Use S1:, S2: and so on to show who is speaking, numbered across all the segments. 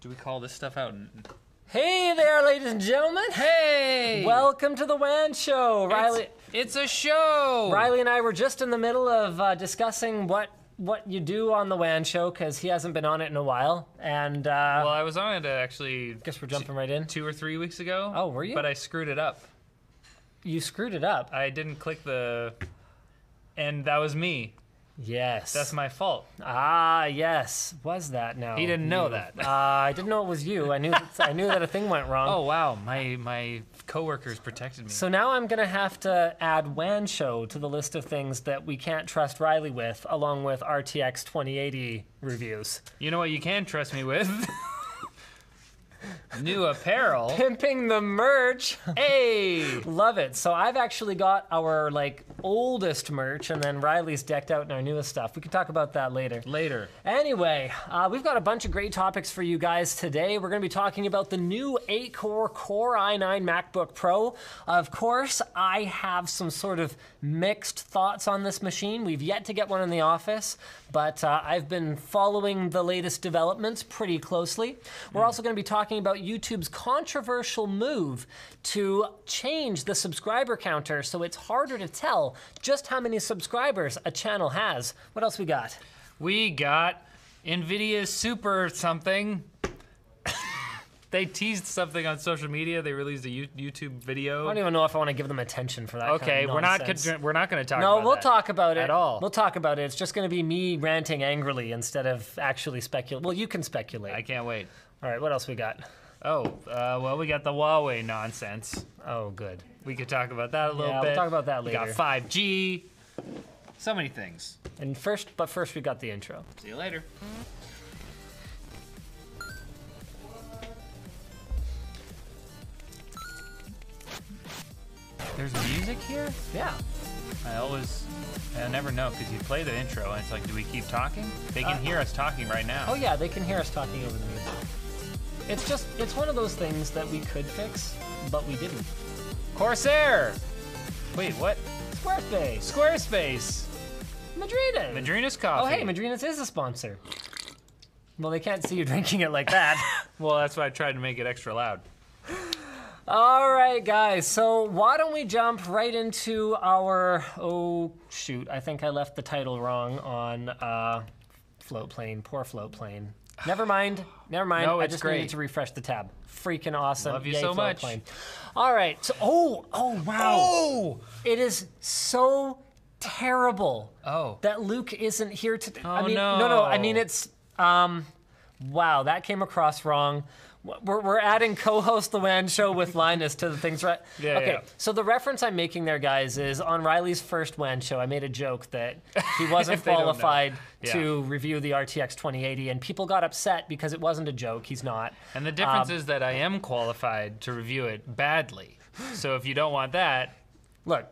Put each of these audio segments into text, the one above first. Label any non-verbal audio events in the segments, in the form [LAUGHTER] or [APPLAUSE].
S1: Do we call this stuff out?
S2: Hey there, ladies and gentlemen.
S1: Hey!
S2: Welcome to the WAN Show. Riley,
S1: It's a show!
S2: Riley and I were just in the middle of uh, discussing what what you do on the WAN Show because he hasn't been on it in a while, and uh,
S1: Well, I was on it uh, actually
S2: guess we're jumping right in.
S1: two or three weeks ago.
S2: Oh, were you?
S1: But I screwed it up.
S2: You screwed it up.
S1: I didn't click the. And that was me.
S2: Yes.
S1: That's my fault.
S2: ah yes. Was that now?
S1: He didn't know that.
S2: Uh, I didn't know it was you. I knew that, I knew that a thing went wrong.
S1: Oh, wow. My my coworkers protected me.
S2: So now I'm gonna have to add WAN show to the list of things that we can't trust Riley with, along with RTX 2080 reviews.
S1: You know what you can trust me with? [LAUGHS] New apparel.
S2: Pimping the merch.
S1: hey!
S2: Love it. So I've actually got our like oldest merch, and then Riley's decked out in our newest stuff. We can talk about that later.
S1: Later.
S2: Anyway, uh, we've got a bunch of great topics for you guys today. We're going to be talking about the new 8 core Core i9 MacBook Pro. Of course, I have some sort of mixed thoughts on this machine. We've yet to get one in the office, but uh, I've been following the latest developments pretty closely. We're also going to be talking about YouTube's controversial move to change the subscriber counter so it's harder to tell just how many subscribers a channel has. What else we got?
S1: We got NVIDIA Super something. [COUGHS] they teased something on social media. They released a Yo- YouTube
S2: I
S1: video.
S2: don't even know if I want to give them attention for that. kind of
S1: Okay, we're not
S2: nonsense.
S1: con- we're not going to talk.
S2: no,
S1: about
S2: we'll
S1: that.
S2: talk about it
S1: at all.
S2: We'll talk about it. It's just going to be me ranting angrily instead of actually speculate. Well, you can speculate.
S1: I can't wait.
S2: All right, what else we got?
S1: Oh, uh, well, we got the Huawei nonsense.
S2: Oh, good.
S1: We could talk about that a little
S2: Yeah,
S1: bit.
S2: we'll talk about that
S1: We
S2: later.
S1: got 5G. So many things.
S2: And first, but first we got the intro.
S1: See you later. There's music here?
S2: Yeah.
S1: I always, I never know because you play the intro and it's like, do we keep talking? They can
S2: Uh,
S1: hear us talking right now.
S2: Oh yeah, they can hear us talking over the music. It's just it's one of those things that we could fix, but we didn't.
S1: Corsair! Wait, what?
S2: Squarespace,
S1: Squarespace!
S2: Madrinas.
S1: Madrina's coffee.
S2: Oh hey, Madrinas is a sponsor. Well, they can't see you drinking it like that.
S1: Well, that's why I tried to make it extra loud.
S2: All right, guys. So why don't we jump right into our? Oh shoot! I think I left the title wrong on uh, float plane. Poor float plane. Never mind. Never mind.
S1: No,
S2: I
S1: it's
S2: just
S1: great.
S2: needed to refresh the tab. Freaking awesome!
S1: Love you
S2: Yay,
S1: so
S2: float
S1: much.
S2: Plane. All right. So oh oh wow!
S1: Oh!
S2: It is so terrible
S1: Oh.
S2: that Luke isn't here today. I
S1: Oh,
S2: mean, no, no. I
S1: no.
S2: mean, it's um, wow, that came across wrong. We're, we're adding co-host the WAN show with Linus to the things right.
S1: [LAUGHS] Yeah,
S2: Okay.
S1: yeah.
S2: So the reference I'm making there, guys, is on Riley's first WAN show. I made a joke that
S1: [LAUGHS]
S2: he wasn't
S1: If they don't know.
S2: qualified
S1: Yeah.
S2: to review the RTX 2080, and people got upset because it wasn't a joke. He's not.
S1: And the difference is that I am qualified to review it badly. So if you don't want that,
S2: Look,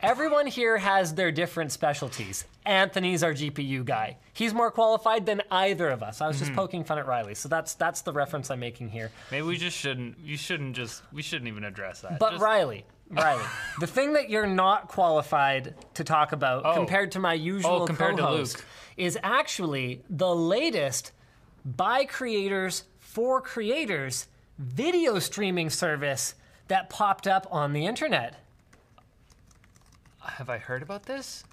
S2: everyone here has their different specialties. Anthony's our GPU guy. He's more qualified than either of us. I was just
S1: Mm-hmm.
S2: poking fun at Riley, so that's that's the reference I'm making here.
S1: maybe we just shouldn't. You shouldn't just. We shouldn't even address that.
S2: But
S1: Just-
S2: Riley,
S1: [LAUGHS]
S2: Riley, the thing that you're not qualified to talk about
S1: Oh.
S2: compared to my usual
S1: Oh, compared to
S2: co-host
S1: Luke.
S2: is actually the latest by creators for creators video streaming service that popped up on the internet.
S1: have I heard about this?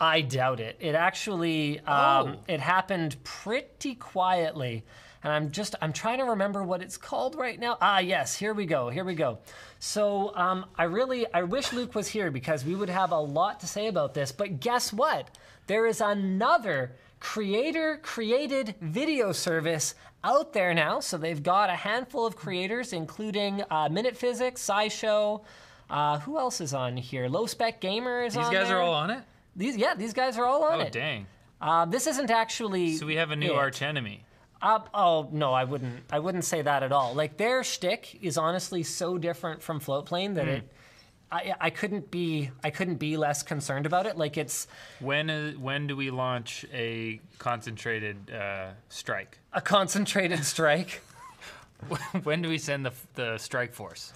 S2: I doubt it. It actually um,
S1: Oh.
S2: it happened pretty quietly, and I'm just I'm trying to remember what it's called right now. Ah, yes, here we go, here we go. So um, I really I wish Luke was here because we would have a lot to say about this. But guess what? There is another creator created video service out there now. So they've got a handful of creators, including uh, Minute Physics, SciShow. Uh, who else is on here? Low Spec Gamer is
S1: These
S2: on
S1: guys
S2: there.
S1: are all on it.
S2: These, yeah, these guys are all on
S1: Oh
S2: it.
S1: dang!
S2: Uh, this isn't actually.
S1: So we have a new
S2: it.
S1: arch enemy.
S2: Uh, oh no, I wouldn't. I wouldn't say that at all. Like their shtick is honestly so different from Float Plane
S1: Hmm.
S2: that it. I, I couldn't be. I couldn't be less concerned about it. Like it's
S1: When is, when do we launch a concentrated uh, strike? [LAUGHS]
S2: a concentrated [LAUGHS] strike.
S1: when do we send the the strike force?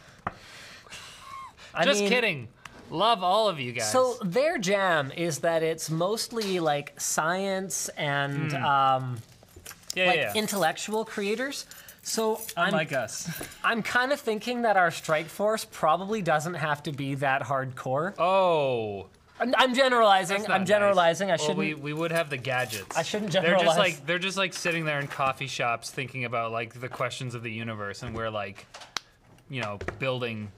S2: I
S1: Just
S2: mean,
S1: kidding. Love all of you guys.
S2: So their jam is that it's mostly like science and um,
S1: yeah,
S2: like
S1: Hmm. yeah, yeah.
S2: intellectual creators. So I'm
S1: Unlike us.
S2: I'm kind of thinking that our strike force probably doesn't have to be that hardcore.
S1: Oh.
S2: I'm, I'm generalizing.
S1: that's not
S2: I'm
S1: nice.
S2: generalizing. I
S1: Well,
S2: shouldn't.
S1: we, we would have the gadgets.
S2: I shouldn't
S1: They're
S2: generalize.
S1: just like they're just like sitting there in coffee shops thinking about like the questions of the universe, and we're like, you know, building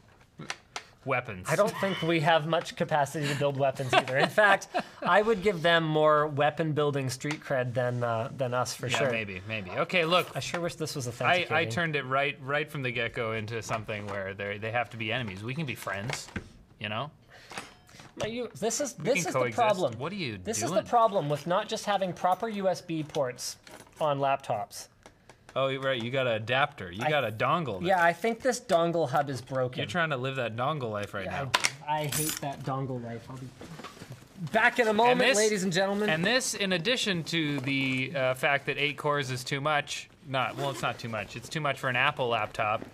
S1: weapons.
S2: I don't think we have much capacity to build weapons either.
S1: [LAUGHS]
S2: In fact, I would give them more weapon building street cred than uh, than us for
S1: Yeah,
S2: sure.
S1: maybe, maybe. Okay, look,
S2: I sure wish this was a thing.
S1: I, I turned it right right from the get go into something where they they have to be enemies. We can be friends, you know.
S2: No, you, this is
S1: We
S2: this
S1: can
S2: is the
S1: coexist.
S2: problem.
S1: What are you
S2: This
S1: doing?
S2: is the problem with not just having proper USB ports on laptops.
S1: Oh, you're right. You got an adapter. You got a dongle. now.
S2: Yeah, I think this dongle hub is broken.
S1: You're trying to live that dongle life right
S2: I,
S1: now.
S2: I hate that dongle life. I'll be back in a moment,
S1: this-
S2: ladies and gentlemen.
S1: And this, in addition to the uh, fact that eight cores is too much, not well, it's not too much. It's too much for an Apple laptop.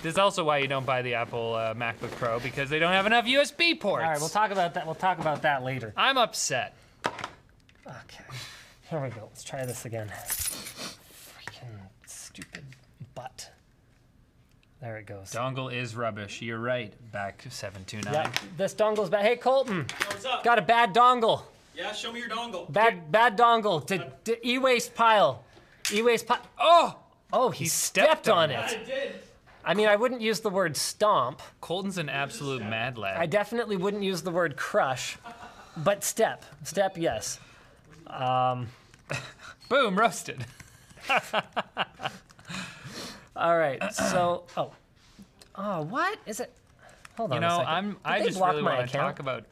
S1: This is also why you don't buy the Apple uh, MacBook Pro because they don't have enough USB ports.
S2: All right, we'll talk about that. We'll talk about that later.
S1: I'm upset.
S2: Okay. Here we go. Let's try this again. Freaking stupid butt. There it goes.
S1: Dongle is rubbish. You're right. Back to seven two nine.
S2: Yeah, this dongle's bad. Hey, Colton,
S3: What's up?
S2: got a bad dongle.
S3: yeah, show me your dongle.
S2: Bad, bad dongle. D- d- e-waste pile. E-waste pile.
S1: Oh,
S2: Oh, he,
S1: stepped
S2: stepped,
S1: on
S2: on
S1: it.
S2: it.
S3: did.
S2: I mean, I wouldn't use the word stomp.
S1: Colton's an absolute mad lad.
S2: I definitely wouldn't use the word crush, but step, step, yes.
S1: Boom,
S2: [LAUGHS]
S1: roasted.
S2: All right. So, oh, oh, what is it? Hold on.
S1: You
S2: a
S1: know,
S2: second.
S1: I'm.
S2: Did
S1: I
S2: they
S1: just
S2: block
S1: really
S2: my
S1: want to
S2: account?
S1: talk
S2: [LAUGHS]
S1: about.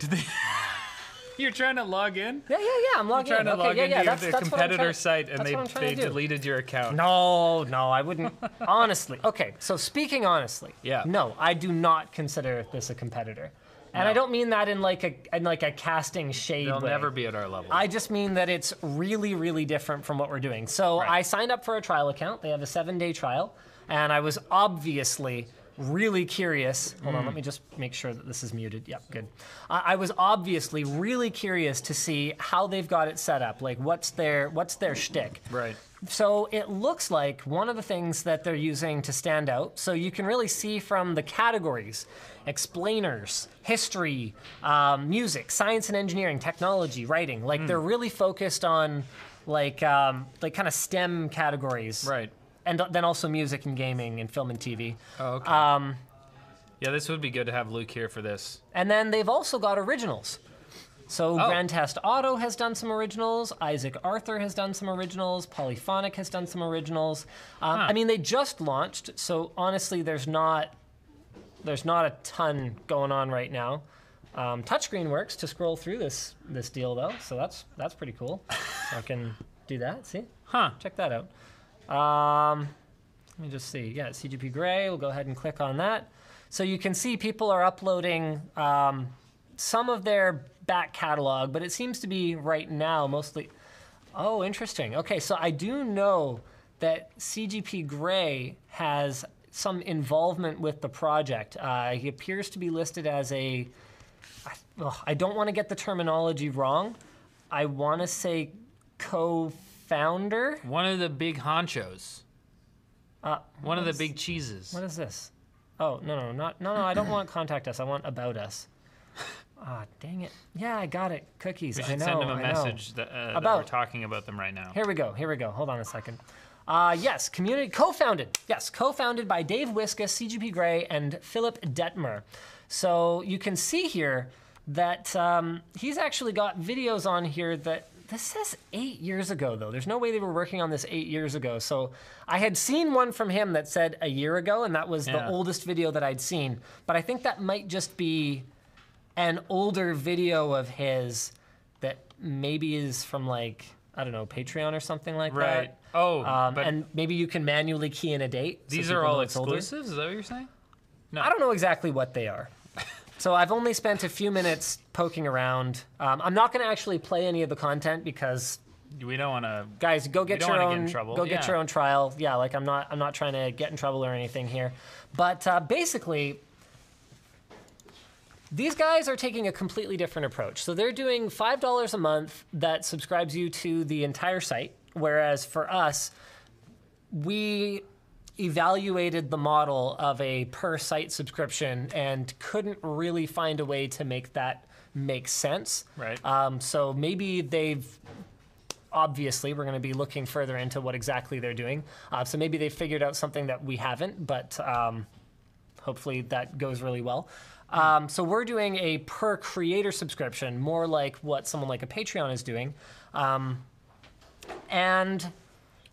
S1: Did they? [LAUGHS] You're trying to log in.
S2: Yeah, yeah, yeah. I'm logging
S1: Trying
S2: in.
S1: to
S2: okay,
S1: log
S2: yeah,
S1: into
S2: yeah,
S1: your-
S2: that's,
S1: the
S2: that's what I'm
S1: competitor
S2: trying-
S1: site, and
S2: that's what I'm
S1: they
S2: trying
S1: they
S2: to do.
S1: deleted your account.
S2: No, no, I wouldn't. [LAUGHS] honestly, okay. So speaking honestly,
S1: Yeah.
S2: No, I do not consider this a competitor, and I don't mean that in like a in like a casting shade.
S1: They'll
S2: way.
S1: never be at our level.
S2: I just mean that it's really, really different from what we're doing. So
S1: Right.
S2: I signed up for a trial account. They have a seven day trial. And I was obviously really curious. Hold
S1: Mm.
S2: on, let me just make sure that this is muted. Yep, good. I I was obviously really curious to see how they've got it set up. Like, what's their what's their shtick?
S1: right.
S2: So it looks like one of the things that they're using to stand out. So you can really see from the categories explainers, history, um, music, science and engineering, technology, writing. Like they're really focused on like um, like kind of STEM categories.
S1: Right.
S2: And then also music and gaming and film and TV.
S1: Oh, okay.
S2: Um,
S1: yeah, this would be good to have Luke here for this.
S2: and then they've also got originals. So
S1: Oh.
S2: Grand Test Auto has done some originals. Isaac Arthur has done some originals. Polyphonic has done some originals. Um, I mean, they just launched, so honestly, there's not there's not a ton going on right now. Um, touchscreen works to scroll through this this deal though, so that's that's pretty cool. so I can do that. See,
S1: Huh.
S2: check that out. Um, let me just see. Yeah, CGP Grey. We'll go ahead and click on that. So you can see people are uploading um, some of their back catalog, but it seems to be right now mostly. Oh, interesting. Okay, so I do know that CGP Grey has some involvement with the project. Uh, he appears to be listed as a. I, ugh, I don't want to get the terminology wrong. I want to say co-founder.
S1: One of the big honchos.
S2: Uh,
S1: One of the big cheeses.
S2: What is this? Oh no no not no no! I don't want contact us. I want
S1: [LAUGHS]
S2: about us. Ah dang it! Yeah, I got it. Cookies.
S1: we
S2: I
S1: should
S2: know.
S1: send him a
S2: I know.
S1: message that, uh, that we're
S2: About-
S1: talking about them right now.
S2: Here we go. Here we go. Hold on a second. Uh, yes, community co-founded. Yes, co-founded by Dave Wiskus, CGP Grey, and Philip Detmer. So you can see here that um, he's actually got videos on here that this says eight years ago though. There's no way they were working on this eight years ago. So I had seen one from him that said a year ago, and that was
S1: Yeah.
S2: the oldest video that I'd seen. But I think that might just be an older video of his that maybe is from like I don't know Patreon or something like
S1: Right.
S2: that.
S1: Oh,
S2: uh, Um,
S1: but
S2: and maybe you can manually key in a date. so
S1: these
S2: people
S1: are
S2: know
S1: all
S2: it's older.
S1: exclusives? Is that what you're saying?
S2: I don't know exactly what they are. So I've only spent a few minutes poking around. Um, I'm not going to actually play any of the content because
S1: We don't want to.
S2: guys go get
S1: don't
S2: your
S1: wanna get
S2: own
S1: in trouble,
S2: go get
S1: yeah.
S2: your own trial yeah like i'm not i'm not trying to get in trouble or anything here but uh, basically these guys are taking a completely different approach so they're doing $5 a month that subscribes you to the entire site whereas for us we evaluated the model of a per site subscription and couldn't really find a way to make that make sense.
S1: Right.
S2: Um, so maybe they've obviously we're going to be looking further into what exactly they're doing. Uh, so maybe they figured out something that we haven't, but um, hopefully that goes really well. Um, so we're doing a per creator subscription, more like what someone like a Patreon is doing. Um, and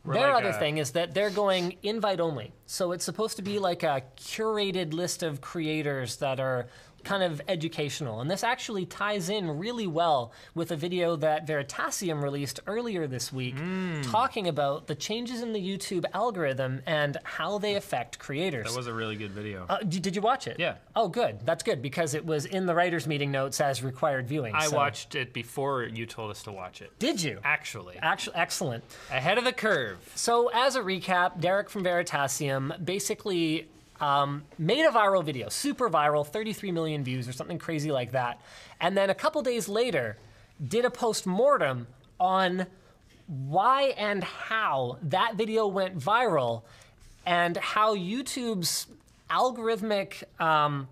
S2: their
S1: like
S2: other
S1: a-
S2: thing is that they're going invite only. So it's supposed to be like a curated list of creators that are kind of educational. And this actually ties in really well with a video that Veritasium released earlier this week
S1: Hmm.
S2: talking about the changes in the YouTube algorithm and how they affect creators.
S1: That was a really good video.
S2: Uh, d- did you watch it?
S1: Yeah.
S2: Oh, good. That's good because it was in the writers' meeting notes as required viewing.
S1: I
S2: so-
S1: watched it before you told us to watch it.
S2: Did you?
S1: Actually,
S2: Actually, excellent.
S1: ahead of the curve.
S2: So, as a recap, Derek from Veritasium basically um, made a viral video, super viral, 33 million views or something crazy like that. And then a couple days later, did a post mortem on why and how that video went viral and how YouTube's algorithmic. Um,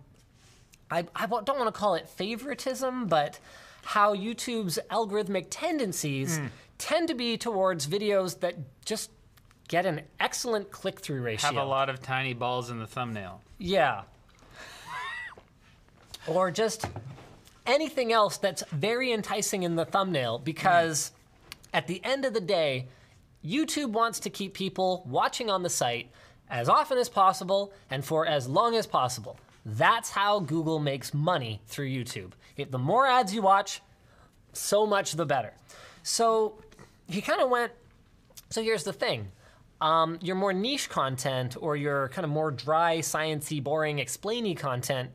S2: I, I wa- don't want to call it favoritism, but how YouTube's algorithmic tendencies
S1: Hmm.
S2: tend to be towards videos that just get an excellent click through ratio.
S1: Have a lot of tiny balls in the thumbnail.
S2: Yeah. or just anything else that's very enticing in the thumbnail because at the end of the day, YouTube wants to keep people watching on the site as often as possible and for as long as possible. That's how Google makes money through YouTube. If the more ads you watch, so much the better. So he kind of went, so here's the thing. Um, your more niche content or your kind of more dry, sciencey, boring, explainy content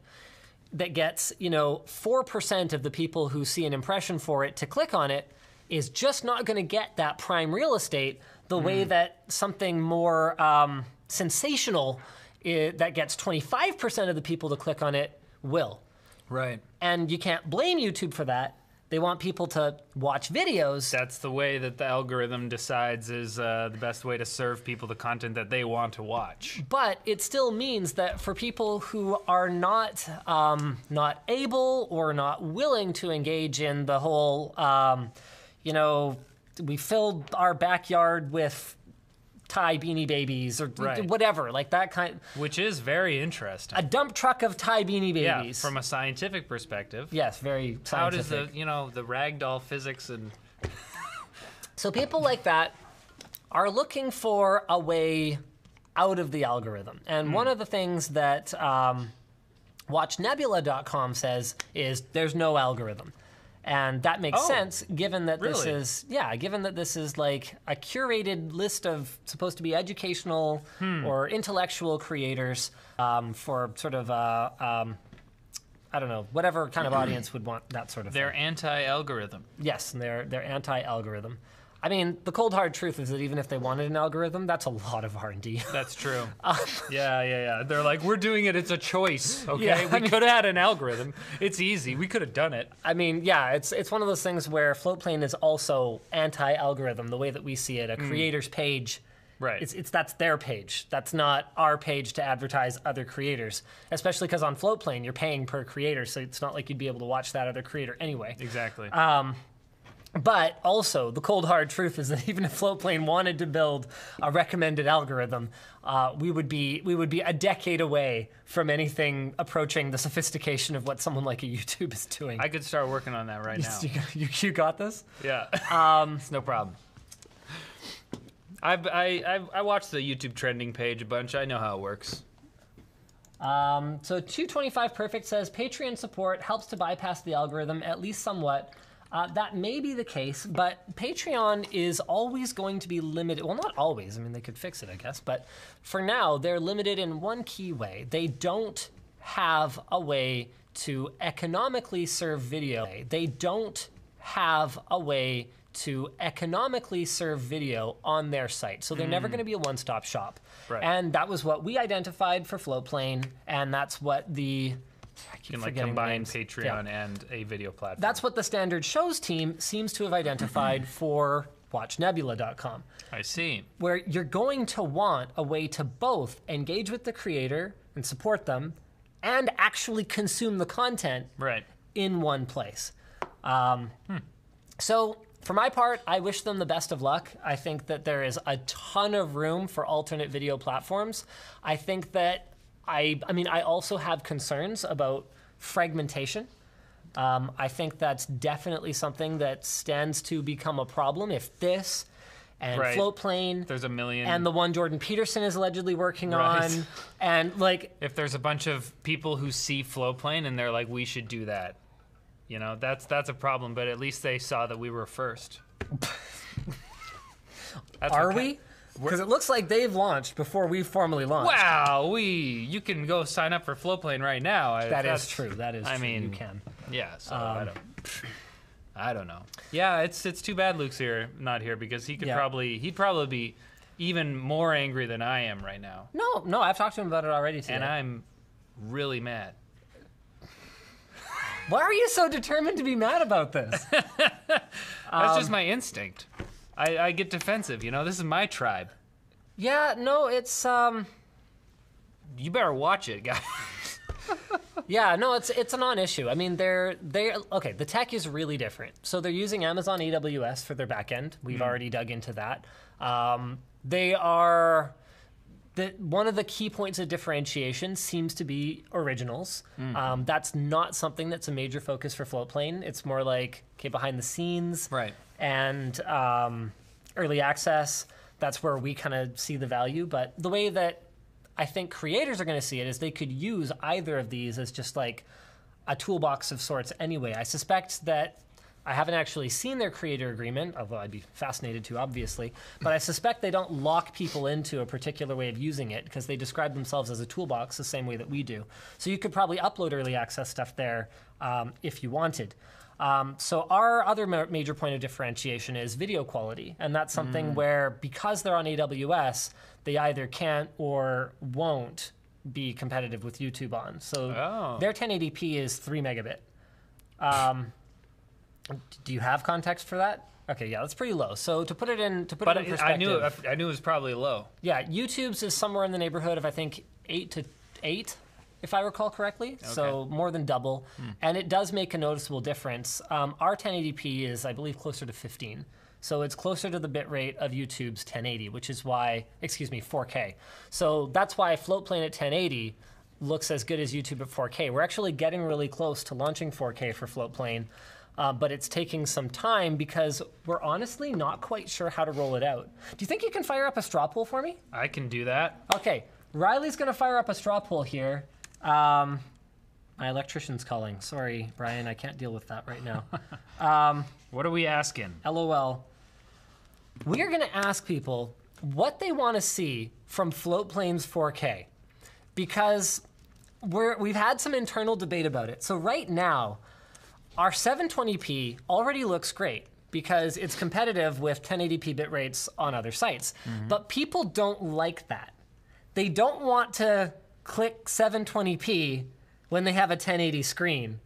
S2: that gets, you know, 4% of the people who see an impression for it to click on it is just not going to get that prime real estate the way that something more um, sensational i that gets 25% of the people to click on it will.
S1: Right.
S2: And you can't blame YouTube for that. They want people to watch videos.
S1: That's the way that the algorithm decides is uh, the best way to serve people the content that they want to watch.
S2: but it still means that for people who are not um, not able or not willing to engage in the whole, um, you know, we filled our backyard with Thai beanie babies or d- d-
S1: Right.
S2: whatever, like that kind,
S1: Which is very interesting.
S2: a dump truck of Thai beanie
S1: yeah,
S2: babies.
S1: from a scientific perspective.
S2: yes, very scientific.
S1: How does the you know the ragdoll physics and
S2: So people like that are looking for a way out of the algorithm.
S1: Hmm.
S2: And one of the things that um, WatchNebula.com says is there's no algorithm. And that makes
S1: Oh,
S2: sense given that this
S1: really?
S2: is, yeah, given that this is like a curated list of supposed to be educational
S1: Hmm.
S2: or intellectual creators um, for sort of, uh, um, I don't know,
S1: [CLEARS THROAT]
S2: whatever kind of audience would want that sort of thing.
S1: their anti-algorithm?
S2: Yes, and they're they're anti-algorithm. I mean, the cold hard truth is that even if they wanted an algorithm, that's a lot of R and D. [LAUGHS]
S1: That's true. yeah, yeah, yeah. They're like, we're doing it. It's a choice. Okay,
S2: Um, Yeah, I
S1: we
S2: mean-
S1: could have had an algorithm. It's easy. We could have done it.
S2: I mean, yeah, it's it's one of those things where Floatplane is also anti-algorithm, the way that we see it. A creator's page,
S1: Right.
S2: It's e-, it's that's their page. That's not our page to advertise other creators, especially because on Floatplane you're paying per creator, so it's not like you'd be able to watch that other creator anyway.
S1: Exactly.
S2: uh, But also, the cold hard truth is that [LAUGHS] even if Floatplane wanted to build a recommended algorithm, uh, we would be we would be a decade away from anything approaching the sophistication of what someone like a [LAUGHS] YouTube is doing.
S1: I could start working on that right now.
S2: you, Um, you, you got this?
S1: Yeah. [LAUGHS] it's no problem. I've, I, I've, I watched the YouTube trending page a bunch. I know how it works.
S2: Um, so 225 Perfect says Patreon support helps to bypass the algorithm at least somewhat. Uh, that may be the case, but Patreon is always going to be limited. Well, not always. I mean, they could fix it, I guess. But for now, they're limited in one key way. They don't have a way to economically serve video. They don't have a way to economically serve video on their site. So they're never going to be a one stop shop.
S1: Mm. Right.
S2: And that was what we identified for Floatplane, and that's what the. I
S1: You
S2: keep
S1: can like
S2: forgetting the
S1: combine
S2: names.
S1: Patreon
S2: Yeah.
S1: and a video platform. [CLEARS THROAT]
S2: That's what the standard shows team seems to have identified for watchnebula.com,
S1: I see.
S2: where you're going to want a way to both engage with the creator and support them and actually consume the content
S1: Right.
S2: in one place. Um, So, for my part, I wish them the best of luck. I think that there is a ton of room for alternate video platforms. I think that I, I mean, I also have concerns about fragmentation. Um, I think that's definitely something that stands to become a problem if this and
S1: Right.
S2: float plane
S1: There's a million.
S2: and the one Jordan Peterson is allegedly working
S1: Right.
S2: on, and like
S1: if there's a bunch of people who see Flowplane and they're like, we should do that, you know, that's that's a problem. But at least they saw that we were
S2: [LAUGHS]
S1: first. That's
S2: Are
S1: what ki-
S2: we? Because it looks like they've launched before we formally launched.
S1: Wow, we you can go sign up for Flowplane right now. I-
S2: That
S1: that's-
S2: is true. Um, That is
S1: I
S2: true. you
S1: mean,
S2: can.
S1: Yeah, so I don't. I don't know. Yeah, it's it's too bad Luke's here, not here, because he could
S2: Yeah.
S1: probably he'd probably be even more angry than I am right now,
S2: No, no, I've talked to him about it already today.
S1: and I'm really mad.
S2: Why are you so determined to be mad about this?
S1: [LAUGHS] That's just my instinct. I, I get defensive, you know. This is my tribe.
S2: yeah, no, it's um,
S1: You better watch it, [LAUGHS] guys.
S2: yeah, no, it's it's a non-issue. I mean, they're they okay. The tech is really different. So they're using Amazon AWS for their backend.
S1: Hmm.
S2: We've already dug into that. Um, they are. The, one of the key points of differentiation seems to be originals.
S1: Hmm.
S2: Um, that's not something that's a major focus for Floatplane. It's more like okay, behind the scenes,
S1: Right.
S2: and um, early access. That's where we kind of see the value. But the way that I think creators are going to see it is they could use either of these as just like a toolbox of sorts anyway. I suspect that I haven't actually seen their creator agreement, although I'd be fascinated to, obviously. But I suspect they don't lock people into a particular way of using it because they describe themselves as a toolbox the same way that we do. So you could probably upload early access stuff there um, if you wanted. Um, so our other ma- major point of differentiation is video quality, and that's
S1: Mm.
S2: something where because they're on AWS, they either can't or won't be competitive with YouTube on. So
S1: Oh.
S2: their 1080p is three megabit. Um, do you have context for that? Okay, yeah, that's pretty low. So to put it in to put
S1: But
S2: it in
S1: I- I
S2: perspective,
S1: knew I knew it was probably low.
S2: yeah, YouTube's is somewhere in the neighborhood of I think eight to eight, if I recall correctly. So more than double, and it does make a noticeable difference. Um, our 1080p is, I believe, closer to 15, so it's closer to the bit rate of YouTube's 1080, which is why, excuse me, 4K. So that's why Floatplane at 1080 looks as good as YouTube at 4K. We're actually getting really close to launching 4K for Floatplane. Uh, but it's taking some time because we're honestly not quite sure how to roll it out. Do you think you can fire up a straw poll for me?
S1: I can do that.
S2: Okay, Riley's gonna fire up a straw poll here. Um, my electrician's calling. Sorry, Brian, I can't deal with that right now.
S1: What are we asking?
S2: LOL. We are gonna ask people what they want to see from Floatplane's 4K, because we're we've had some internal debate about it. So right now, our 720p already looks great because it's competitive with 1080p bit rates on other sites. But people don't like that. They don't want to click 720p when they have a 1080 screen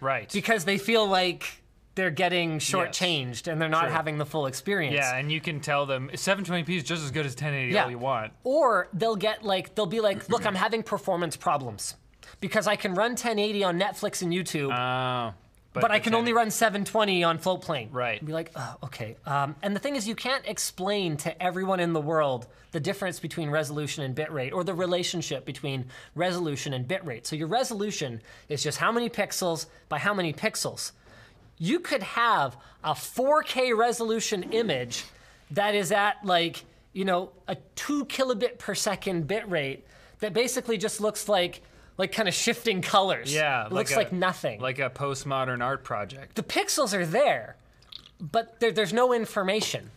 S1: Right.
S2: because they feel like they're getting shortchanged and they're not
S1: True.
S2: having the full experience.
S1: yeah, and you can tell them 720p is just as good as 1080 all you want.
S2: Or they'll get like they'll be like, "Look, I'm having performance problems because I can run 1080 on Netflix and YouTube,
S1: Oh.
S2: but I can only run 720 on Floatplane."
S1: Right.
S2: Be like, oh, "Okay." Um, and the thing is, you can't explain to everyone in the world the difference between resolution and bitrate, or the relationship between resolution and bitrate. So your resolution is just how many pixels by how many pixels. you could have a 4K resolution image that is at like, you know, a two kilobit per second bit rate that basically just looks like like kind of shifting colors.
S1: Yeah,
S2: It looks
S1: a-
S2: like nothing.
S1: Like a postmodern art project.
S2: the pixels are there, but there, there's no information.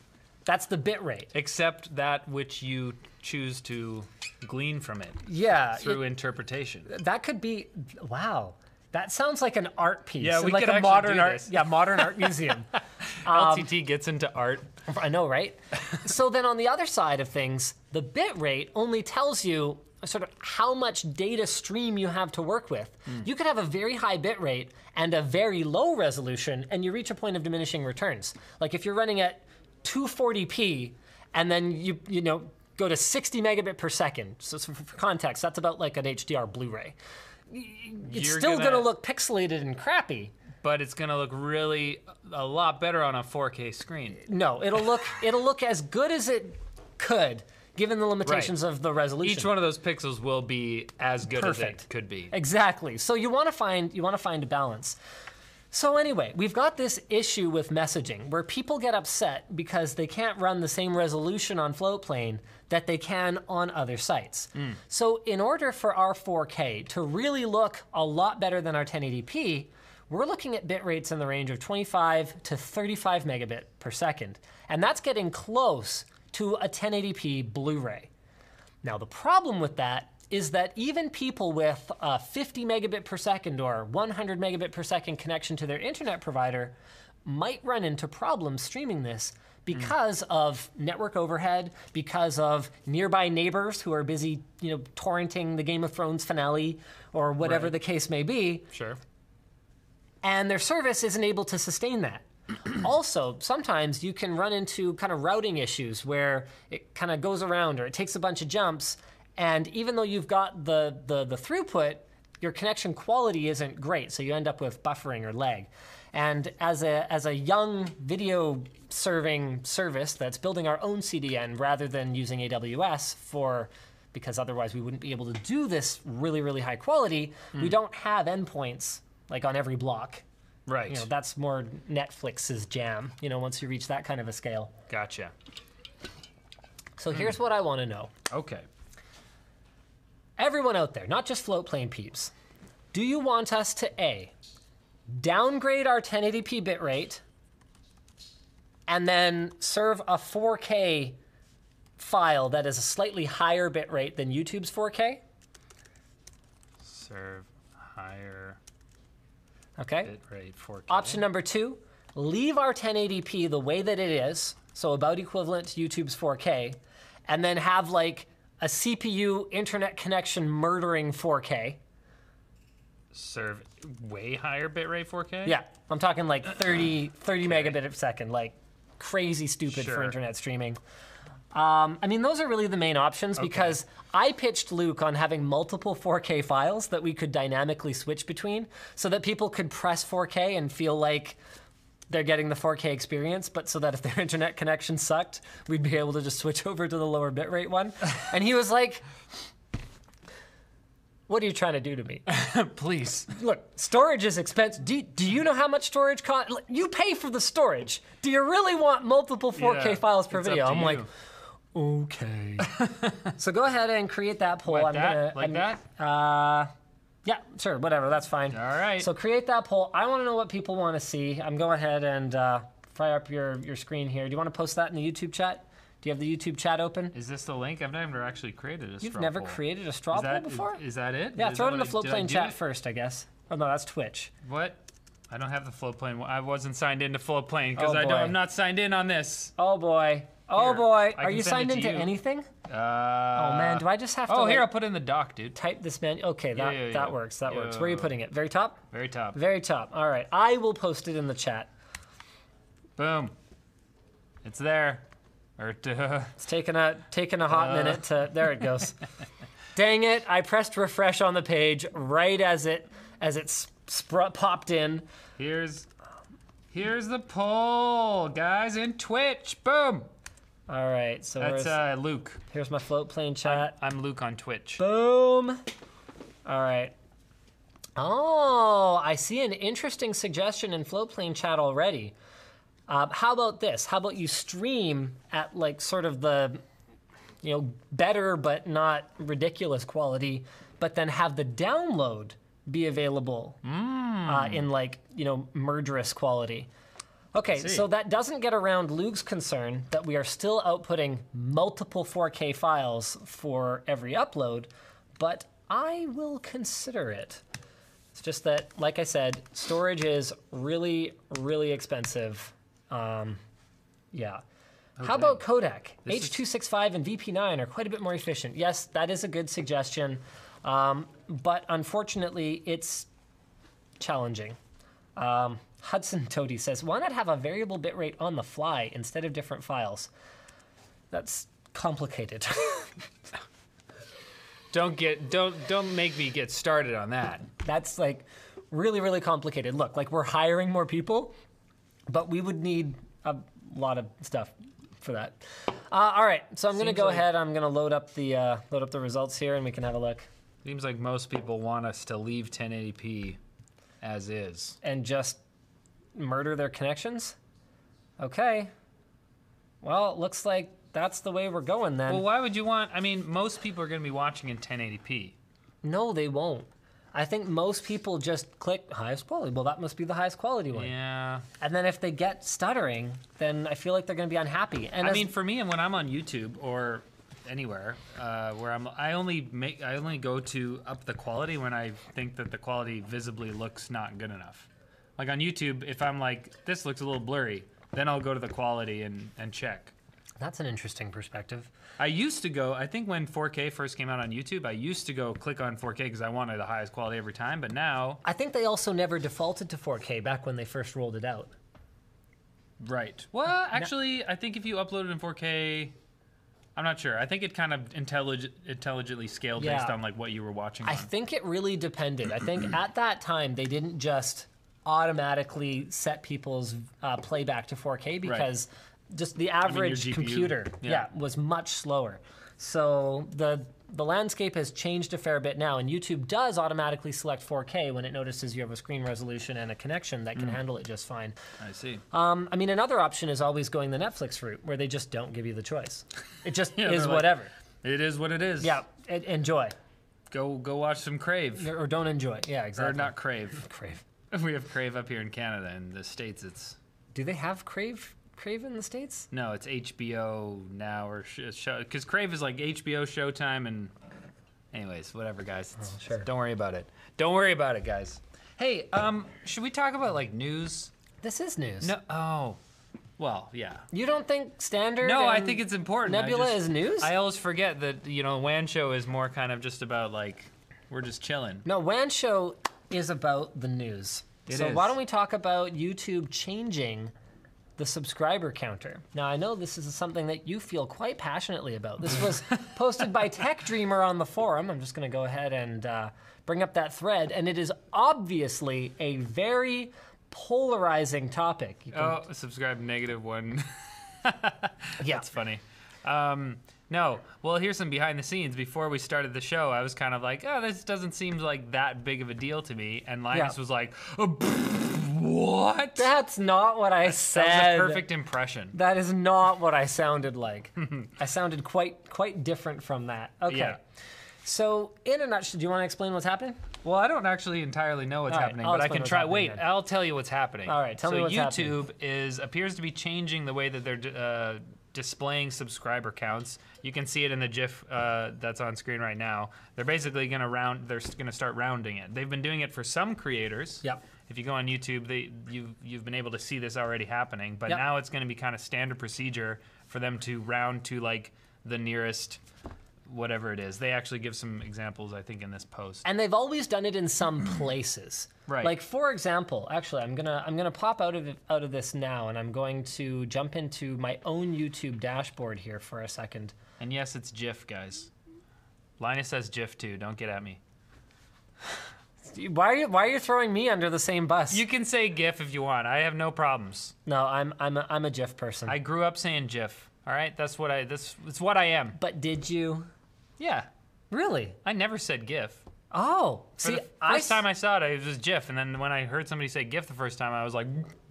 S2: That's the bit rate.
S1: Except that which you choose to glean from it
S2: Yeah.
S1: through interpretation.
S2: it- that could be wow. That sounds like an art piece.
S1: Yeah,
S2: in
S1: we
S2: like
S1: could
S2: a
S1: actually
S2: modern
S1: do
S2: art
S1: this.
S2: yeah, modern art museum.
S1: LTT gets into art.
S2: I
S1: [LAUGHS]
S2: know, right? so then on the other side of things, the bit rate only tells you sort of how much data stream you have to work with.
S1: Hmm.
S2: You could have a very high bit rate and a very low resolution and you reach a point of diminishing returns. Like if you're running at 240p, and then you you know go to 60 megabit per second. So, so for for context, that's about like an HDR Blu-ray. Y- y- It's
S1: You're
S2: still
S1: gonna-
S2: gonna look pixelated and crappy.
S1: but it's gonna look really a lot better on a 4K screen.
S2: No, it'll look it'll look as good as it could, given the limitations of the resolution.
S1: Each one of those pixels will be as good as
S2: Perfect.
S1: it could be.
S2: Exactly. So you want to find you want to find a balance. So anyway, we've got this issue with messaging where people get upset because they can't run the same resolution on Floatplane that they can on other sites. So in order for our 4K to really look a lot better than our 1080p, we're looking at bit rates in the range of 25 to 35 megabit per second, and that's getting close to a 1080p Blu-ray. Now, the problem with that is that even people with a 50 megabit per second or 100 megabit per second connection to their internet provider might run into problems streaming this because of network overhead, because of nearby neighbors who are busy, you know, torrenting the Game of Thrones finale or whatever
S1: Right.
S2: the case may be
S1: Sure.
S2: and their service isn't able to sustain that. also, sometimes you can run into kind of routing issues where it kind of goes around or it takes a bunch of jumps, and even though you've got the, the, the throughput, your connection quality isn't great, so you end up with buffering or lag. And as a, as a young video serving service that's building our own CDN rather than using AWS for because otherwise we wouldn't be able to do this really really high quality we don't have endpoints like on every block
S1: Right.
S2: you know that's more netflix's jam you know once you reach that kind of a scale
S1: gotcha.
S2: so here's what i want to know
S1: Okay.
S2: everyone out there not just float plane peeps do you want us to a downgrade our 1080p bitrate and then serve a 4k file that is a slightly higher bitrate than youtube's 4k
S1: Serve higher
S2: okay
S1: bitrate 4K.
S2: Option number two, leave our 1080p the way that it is, so about equivalent to YouTube's 4K, and then have like a CPU internet connection murdering 4K.
S1: Serve way higher bitrate 4K.
S2: Yeah, [LAUGHS] I'm talking like 30, 30 megabit a second, like crazy stupid for
S1: Sure.
S2: internet streaming. Um, I mean, those are really the main options because I pitched Luke on having multiple 4K files that we could dynamically switch between so that people could press 4K and feel like they're getting the 4K experience, but so that if their [LAUGHS] internet connection sucked, we'd be able to just switch [LAUGHS] over to the lower bitrate one. And he was like, What are you trying to do to me?
S1: Please.
S2: Look, storage is expensive. Do, do you know how much storage costs? You pay for the storage. Do you really want multiple 4K
S1: Yeah,
S2: files per
S1: it's up
S2: video?
S1: to
S2: I'm like,
S1: you. [LAUGHS]
S2: okay. so go ahead and create that poll.
S1: What,
S2: I'm
S1: that?
S2: gonna,
S1: Like
S2: I'm-
S1: that?
S2: Uh, yeah, sure, whatever. That's fine.
S1: All right.
S2: So create that poll. I want to know what people want to see. I'm going ahead and uh, fry up your your screen here. Do you want to post that in the YouTube chat? Do you have the YouTube chat open?
S1: Is this the link? I've never actually created a
S2: You've
S1: straw
S2: never
S1: poll.
S2: created a straw
S1: Is that,
S2: poll before?
S1: Is, is that it?
S2: yeah,
S1: Is
S2: throw
S1: that
S2: it in the
S1: what I-
S2: float
S1: did I
S2: plane
S1: do
S2: chat
S1: it?
S2: first, I guess. Oh no, that's Twitch.
S1: What? I don't have the float plane. Well, I wasn't signed into float plane because
S2: Oh,
S1: I don't.
S2: boy.
S1: I'm not signed in on this.
S2: Oh boy. Oh
S1: Here,
S2: boy.
S1: I
S2: Are
S1: can
S2: you
S1: send
S2: signed
S1: it to
S2: into
S1: you.
S2: anything?
S1: Uh,
S2: Oh man, do I just have to
S1: Oh, here I'll
S2: like,
S1: put in the doc, dude.
S2: type this menu? Okay, that
S1: yeah,
S2: that
S1: yeah.
S2: works. That works. Where are you
S1: Yeah.
S2: putting it? Very top?
S1: Very top.
S2: Very top. All right. I will post it in the chat.
S1: Boom. It's there. Or [LAUGHS] duh.
S2: It's taking a taking a
S1: Uh.
S2: hot minute to there it
S1: [LAUGHS]
S2: goes. Dang it, I pressed refresh on the page right as it as it spr- popped in.
S1: Here's here's the poll, guys, in Twitch. Boom.
S2: All right. So
S1: That's
S2: where's,
S1: uh, Luke.
S2: here's my float plane chat.
S1: I'm Luke on Twitch.
S2: Boom. All right. Oh, I see an interesting suggestion in Flowplane chat already. Uh, how about this? How about you stream at like sort of the, you know, better but not ridiculous quality, but then have the download be available uh, in like you know murderous quality. Okay, so that doesn't get around Luke's concern that we are still outputting multiple 4K files for every upload, but I will consider it. It's just that, like I said, storage is really, really expensive. Um, yeah. How about Kodak?
S1: This is-
S2: H265 and VP9 are quite a bit more efficient. Yes, that is a good suggestion, um, but unfortunately, it's challenging. Um, Hudson [LAUGHS] Toady says, why not have a variable bitrate on the fly instead of different files? That's complicated. [LAUGHS]
S1: Don't get don't don't make me get started on that.
S2: That's like really, really complicated. Look, like we're hiring more people, but we would need a lot of stuff for that. Uh, all right, so I'm gonna
S1: Seems
S2: go
S1: like-
S2: ahead. I'm gonna load up the uh, load up the results here, and we can have a look
S1: Seems like most people want us to leave 1080p as is.
S2: and just murder their connections. Okay. Well, it looks like that's the way we're going then.
S1: Well, why would you want? I mean, most people are going to be watching in 1080p.
S2: no, they won't. I think most people just click highest quality. Well, that must be the highest quality one.
S1: Yeah.
S2: And then if they get stuttering, then I feel like they're going to be unhappy. And
S1: I
S2: as-
S1: mean, for me, and when I'm on YouTube or anywhere uh, where I'm, I only make, I only go to up the quality when I think that the quality visibly looks not good enough. Like on YouTube, if I'm like, this looks a little blurry, then I'll go to the quality and, and check.
S2: that's an interesting perspective.
S1: I used to go, I think when 4K first came out on YouTube, I used to go click on 4K because I wanted the highest quality every time, but now,
S2: I think they also never defaulted to 4K back when they first rolled it out.
S1: right. Well, actually, I think if you upload it in 4K, I'm not sure. I think it kind of intellig- intelligently scaled based
S2: Yeah.
S1: on like what you were watching.
S2: I
S1: on.
S2: think it really depended. I think at that time they didn't just automatically set people's uh, playback to 4K because just the average
S1: GPU,
S2: computer
S1: yeah.
S2: yeah, was much slower. So the the landscape has changed a fair bit now, and YouTube does automatically select 4K when it notices you have a screen resolution and a connection that can handle it just fine.
S1: I see.
S2: Um, I mean, another option is always going the Netflix route, where they just don't give you the choice. It just
S1: [LAUGHS] Yeah,
S2: is
S1: they're like-
S2: whatever.
S1: It is what it is.
S2: Yeah, en- enjoy
S1: Go go watch some Crave.
S2: or or don't enjoy. Yeah,
S1: Or
S2: exactly.
S1: not Crave. [LAUGHS]
S2: crave.
S1: We have Crave up here in Canada. In the States, it's
S2: Do they have crave crave in the states?
S1: no, it's HBO now or sh- show because Crave is like HBO, Showtime, and anyways, whatever, guys. It's-
S2: Oh, sure.
S1: Don't worry about it. Don't worry about it, guys. Hey, um, should we talk about like news?
S2: This is news.
S1: No. Oh, well, yeah.
S2: You don't think standard?
S1: No, I
S2: and-
S1: think it's important. I
S2: Nebula
S1: just-
S2: is news?
S1: I always forget that you know, WAN show is more kind of just about like we're just chilling.
S2: No, WAN show is about the news.
S1: It
S2: so
S1: is.
S2: why don't we talk about YouTube changing the subscriber counter? Now I know this is something that you feel quite passionately about. This
S1: [LAUGHS]
S2: was posted by Tech Dreamer on the forum. I'm just going to go ahead and uh, bring up that thread, and it is obviously a very
S1: [LAUGHS]
S2: polarizing topic. You can-
S1: Oh, subscribe negative one. [LAUGHS]
S2: yeah.
S1: That's funny. Um, no, well, here's some behind the scenes. Before we started the show, I was kind of like, oh, this doesn't seem like that big of a deal to me. And Linus
S2: Yeah.
S1: was like, "Uh, what? That
S2: That's not what I said.
S1: was a perfect impression.
S2: That is not what I
S1: [LAUGHS]
S2: sounded like. I sounded quite quite different from that. Okay.
S1: Yeah.
S2: So, in a nutshell, do you want to explain what's happening?
S1: Well, I don't actually entirely know what's
S2: All right,
S1: happening,
S2: I'll
S1: but I
S2: explain
S1: can
S2: what's
S1: try.
S2: happening
S1: Wait,
S2: then.
S1: I'll tell you what's happening.
S2: All right, tell
S1: so
S2: me what's happening.
S1: YouTube is appears to be changing the way that they're d- uh, displaying subscriber counts. You can see it in the GIF uh, that's on screen right now. They're basically going to round. They're going to start rounding it. They've been doing it for some creators.
S2: Yep.
S1: If you go on YouTube, they you've you've been able to see this already happening. But
S2: Yep.
S1: now it's going to be kind of standard procedure for them to round to like the nearest whatever it is. They actually give some examples, I think, in this post.
S2: And they've always done it
S1: [CLEARS THROAT]
S2: in some places.
S1: Right.
S2: Like for example, actually, I'm gonna I'm gonna pop out of out of this now, and I'm going to jump into my own YouTube dashboard here for a second.
S1: And yes, it's GIF, guys. Linus says GIF too. Don't get at me.
S2: Why are you Why are you throwing me under the same bus?
S1: You can say GIF if you want. I have no problems.
S2: no, I'm I'm a, I'm a GIF person.
S1: I grew up saying GIF. All right, that's what I. That's it's what I am.
S2: but did you
S1: Yeah,
S2: really?
S1: I never said GIF.
S2: Oh,
S1: For
S2: see,
S1: the first
S2: I s-
S1: time I saw it, it was GIF, and then when I heard somebody say GIF the first time, I was like,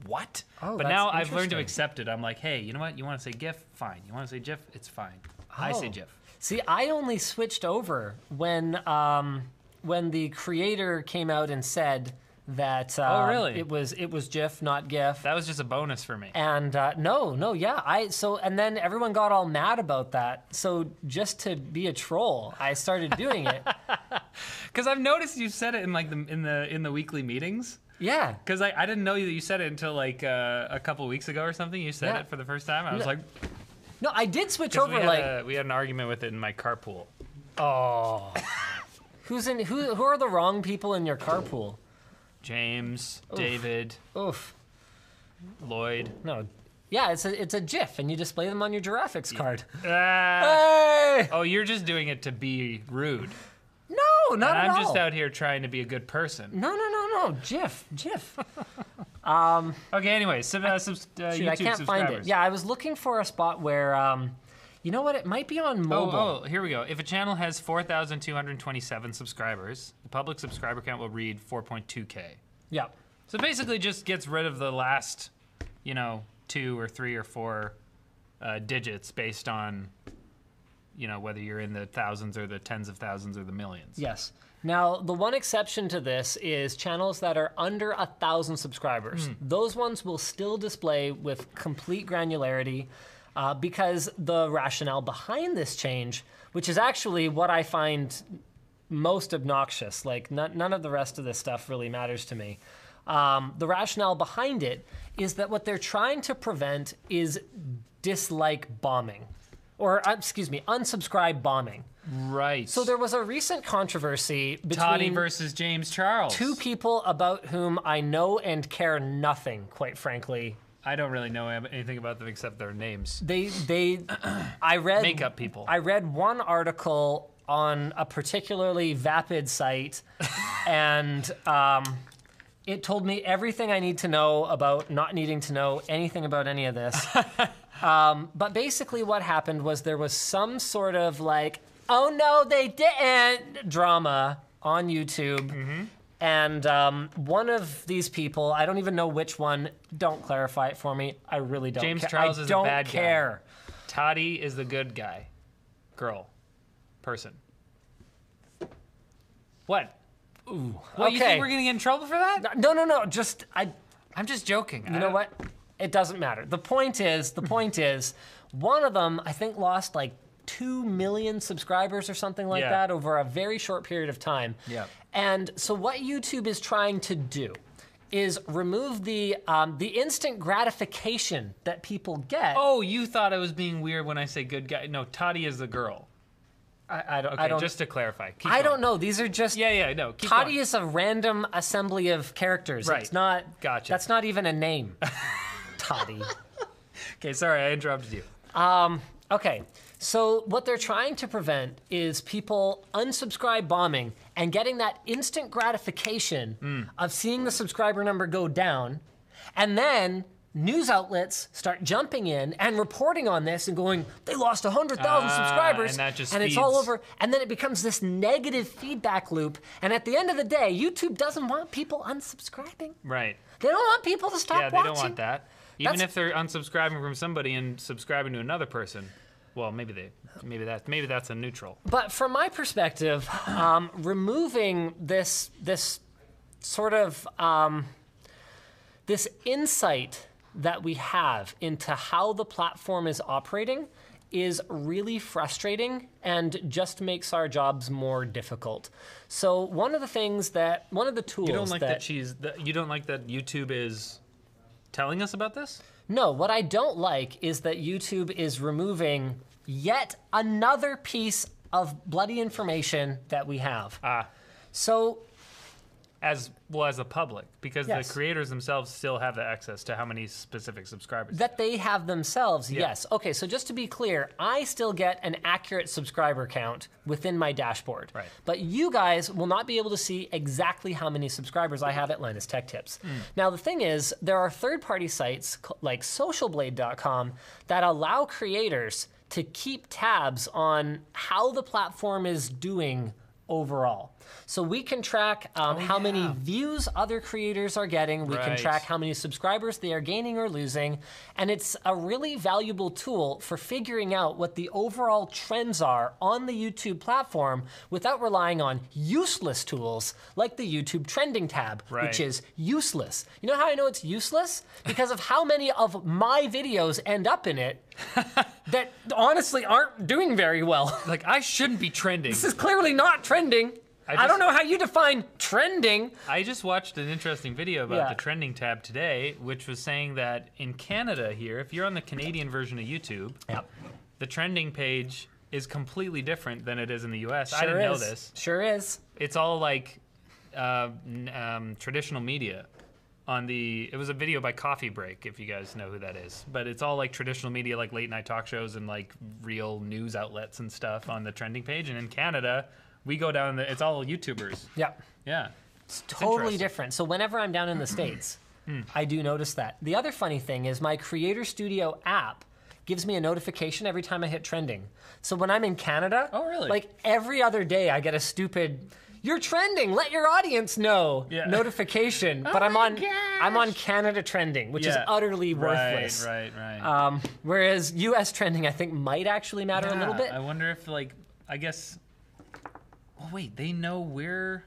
S1: "What?"
S2: Oh,
S1: but
S2: that's
S1: now I've learned to
S2: interesting.
S1: accept it. I'm like, "Hey, you know what? You want to say GIF? Fine. You want to say GIF? It's fine. I say
S2: Oh.
S1: GIF."
S2: See, I only switched over when um, when the creator came out and said that. Uh,
S1: really?
S2: It was it was GIF, not GIF.
S1: That was just a bonus for me.
S2: and uh, no, no, yeah, I so and then everyone got all mad about that. So just to be a troll, I started doing it.
S1: Because I've noticed you said it in like the in the in the weekly meetings.
S2: yeah,
S1: Because I, I didn't know that you said it until like uh, a couple weeks ago or something. You said
S2: Yeah.
S1: it for the first time. I was like,
S2: no, I did switch
S1: 'cause
S2: over.
S1: we had,
S2: like,
S1: a- we had an argument with it in my carpool.
S2: [LAUGHS] oh, who's in who? Who are the wrong people in your carpool?
S1: James, David,
S2: Oof. [LAUGHS]
S1: Lloyd.
S2: No. Yeah, it's a it's a GIF, and you display them on your Giraffics card.
S1: Ah.
S2: Hey!
S1: Oh, you're just doing it to be rude.
S2: No, not
S1: And
S2: at
S1: I'm
S2: all.
S1: just out here trying to be a good person.
S2: no, no, no, no. GIF,
S1: [LAUGHS]
S2: GIF.
S1: Okay, anyway, sub, uh, subs, uh,
S2: Dude,
S1: YouTube
S2: I can't
S1: subscribers.
S2: find it. Yeah, I was looking for a spot where, um, you know what? It might be on
S1: Oh,
S2: mobile.
S1: oh, here we go. If a channel has 4,227 subscribers, the public subscriber count will read 4.2k.
S2: Yeah.
S1: So basically, just gets rid of the last, you know, two or three or four uh, digits based on, you know, whether you're in the thousands or the tens of thousands or the millions.
S2: Yes. Now, the one exception to this is channels that are under a thousand subscribers. Those ones will still display with complete granularity uh, because the rationale behind this change, which is actually what I find most obnoxious, like none, none of the rest of this stuff really matters to me. Um, the rationale behind it is that what they're trying to prevent is dislike bombing, or uh, excuse me, unsubscribe bombing.
S1: Right.
S2: So there was a recent controversy
S1: Toddy
S2: between
S1: versus James Charles.
S2: two people about whom I know and care nothing, quite frankly.
S1: I don't really know anything about them except their names.
S2: They they I read
S1: Makeup people.
S2: I read one article on a particularly vapid site [LAUGHS] and um it told me everything I need to know about not needing to know anything about any of this. um, but basically, what happened was there was some sort of like, oh no, they didn't drama on YouTube.
S1: Mm-hmm.
S2: And um, one of these people, I don't even know which one, don't clarify it for me. I really don't
S1: James
S2: care.
S1: Charles
S2: I
S1: is a
S2: don't
S1: bad guy.
S2: care.
S1: Toddy is the good guy. Girl. Person. What? Ooh. What, you
S2: okay.
S1: think we're gonna get in trouble for that?
S2: No, no, no. Just, I,
S1: I'm just joking.
S2: You know what? It doesn't matter. The point is,
S1: [LAUGHS]
S2: the point is, one of them I think lost like two million subscribers or something like
S1: Yeah.
S2: that over a very short period of time.
S1: Yeah.
S2: And so what YouTube is trying to do is remove the um, the instant gratification that people get.
S1: Oh, you thought I was being weird when I say good guy. No, Toddy is the girl.
S2: I, I don't.
S1: Okay,
S2: I don't.
S1: just to clarify. Keep
S2: I
S1: going.
S2: don't know. These are just.
S1: Yeah, yeah, no. Keep
S2: Toddy
S1: going.
S2: is a random assembly of characters.
S1: Right.
S2: It's not.
S1: Gotcha.
S2: That's not even
S1: [LAUGHS]
S2: a name. Toddy.
S1: Okay, sorry, I interrupted you.
S2: Okay, so what they're trying to prevent is people unsubscribe bombing and getting that instant gratification
S1: Hmm.
S2: of seeing the subscriber number go down, and then news outlets start jumping in and reporting on this and going, they lost 100,000
S1: Ah,
S2: subscribers,
S1: and that just
S2: and it's all
S1: feeds-
S2: over, and then it becomes this negative feedback loop, and at the end of the day, YouTube doesn't want people unsubscribing.
S1: Right.
S2: They don't want people to stop
S1: Yeah, they
S2: watching.
S1: don't want that. Even
S2: That's-
S1: if they're unsubscribing from somebody and subscribing to another person. Well, maybe they maybe that maybe that's a neutral.
S2: But from
S1: [SIGHS]
S2: my perspective, um, removing this this sort of um, this insight that we have into how the platform is operating is really frustrating and just makes our jobs more difficult. So one of the things that one of the tools
S1: You don't like that,
S2: that
S1: she's. That, you don't like that YouTube is telling us about this.
S2: No, what I don't like is that YouTube is removing yet another piece of bloody information that we have.
S1: Ah.
S2: So
S1: As well as the public, because
S2: Yes.
S1: the creators themselves still have the access to how many specific subscribers.
S2: That they have themselves, yes. Okay, so just to be clear, I still get an accurate subscriber count within my dashboard.
S1: Right.
S2: But you guys will not be able to see exactly how many subscribers I have at Linus Tech Tips.
S1: Hmm.
S2: Now, the thing is, there are third party sites c- like socialblade.com that allow creators to keep tabs on how the platform is doing overall. So we can track um, how many views other creators are getting, we can
S1: Oh, Right.
S2: track how many subscribers they are gaining or losing, and it's a really valuable tool for figuring out what the overall trends are on the YouTube platform without relying on useless tools like the YouTube trending tab,
S1: Right.
S2: which is useless. You know how I know it's useless? Because of how many of my videos end up in
S1: [LAUGHS]
S2: it that honestly aren't doing very well. [LAUGHS]
S1: like I shouldn't be trending.
S2: this is clearly not trending. I,
S1: just-
S2: don't know how you define trending.
S1: I just watched an interesting video about
S2: Yeah.
S1: the trending tab today, which was saying that in Canada here, if you're on the Canadian version of YouTube, the trending page is completely different than it is in the US. I
S2: Sure
S1: didn't know
S2: is.
S1: this.
S2: Sure is.
S1: It's all like uh, n- um, traditional media on the it was a video by coffee break if you guys know who that is but it's all like traditional media like late night talk shows and like real news outlets and stuff on the trending page and in canada we go down the it's all youtubers
S2: Yeah.
S1: yeah
S2: It's totally
S1: interesting. Hmm.
S2: different. So whenever I'm down in
S1: [CLEARS THROAT]
S2: the States, I do notice that. The other funny thing is my Creator Studio app gives me a notification every time I hit trending. So when I'm in Canada,
S1: Oh, really?
S2: like every other day I get a stupid you're trending, let your audience know
S1: Yeah. [LAUGHS] Oh
S2: notification. but I'm
S1: my
S2: on I'm on Canada trending, which is
S1: Yeah.
S2: utterly
S1: Right,
S2: worthless.
S1: right right
S2: Um, whereas US trending I think might actually matter a little
S1: Yeah,
S2: bit.
S1: I wonder if like I guess. Oh wait, they know we're.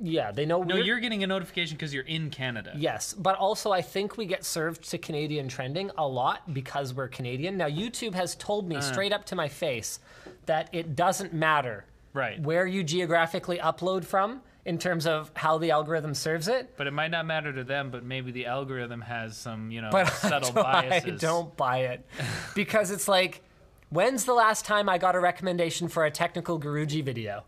S2: yeah, they know
S1: No,
S2: we're-
S1: you're getting a notification because you're in Canada.
S2: Yes, but also I think we get served to Canadian trending a lot because we're Canadian. Now YouTube has told me
S1: Mm.
S2: straight up to my face that it doesn't matter
S1: Right.
S2: where you geographically upload from in terms of how the algorithm serves it. [LAUGHS]
S1: But it might not matter to them, but maybe the algorithm has some, you know,
S2: But
S1: subtle
S2: I
S1: biases.
S2: don't buy
S1: [LAUGHS]
S2: it because it's like, when's the last time I got a recommendation for a technical Guruji video?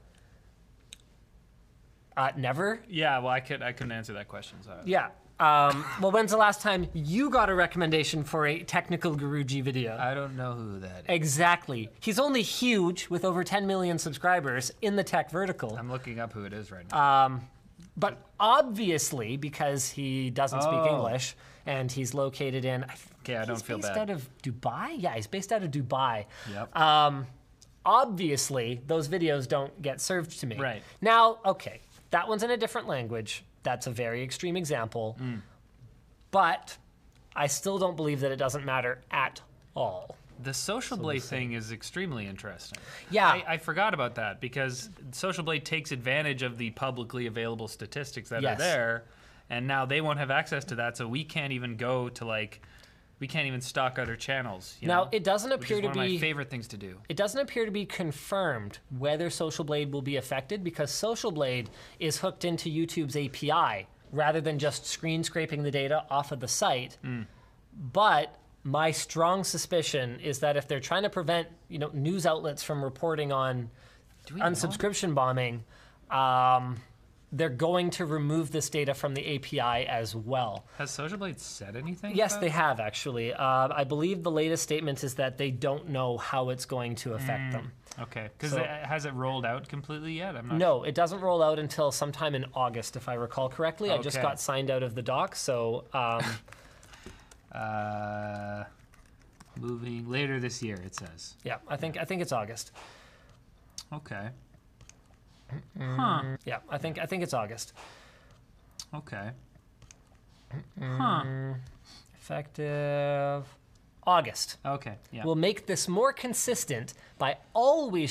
S2: Uh, never.
S1: Yeah, well, I could I couldn't answer that question. So.
S2: Yeah. Um, well, when's the last time you got a recommendation for a technical Guruji video?
S1: I don't know who that is.
S2: Exactly. He's only huge with over 10 million subscribers in the tech vertical.
S1: I'm looking up who it is right
S2: Uh,
S1: now.
S2: But obviously, because he doesn't speak
S1: Oh.
S2: English and he's located in. I
S1: Okay, I
S2: think
S1: don't
S2: he's
S1: feel
S2: based
S1: bad.
S2: out of Dubai? Yeah, he's based out of Dubai.
S1: yep.
S2: Um, obviously, those videos don't get served to me.
S1: Right.
S2: Now, okay, that one's in a different language. That's a very extreme example.
S1: Mm.
S2: But I still don't believe that it doesn't matter at all.
S1: the social blade thing is extremely interesting.
S2: Yeah.
S1: I, I forgot about that because Social Blade takes advantage of the publicly available statistics that
S2: Yes.
S1: are there, and now they won't have access to that, so we can't even go to like, we can't even stock other channels. You
S2: now,
S1: know?
S2: it doesn't
S1: Which
S2: appear
S1: is
S2: to
S1: one
S2: be.
S1: of my favorite things to do.
S2: It doesn't appear to be confirmed whether Social Blade will be affected because Social Blade is hooked into YouTube's API rather than just screen scraping the data off of the site. But my strong suspicion is that if they're trying to prevent, you know, news outlets from reporting on
S1: Do we
S2: unsubscription bombing, um, they're going to remove this data from the API as well.
S1: Has Social Blade said anything?
S2: Yes,
S1: about
S2: they have actually. Uh, I believe the latest statement is that they don't know how it's going to affect them.
S1: it? Okay, because
S2: So-
S1: has it rolled out completely yet? I'm not.
S2: No, it doesn't roll out until sometime in August, if I recall correctly. I just
S1: Okay.
S2: got signed out of the doc, so
S1: [LAUGHS]
S2: um,
S1: Uh, moving later this year, it says.
S2: yeah, I think I think it's August.
S1: Okay. Huh.
S2: Yeah, I think I think it's August.
S1: Okay. Huh.
S2: Effective August.
S1: Okay. Yeah.
S2: We'll make this more consistent by always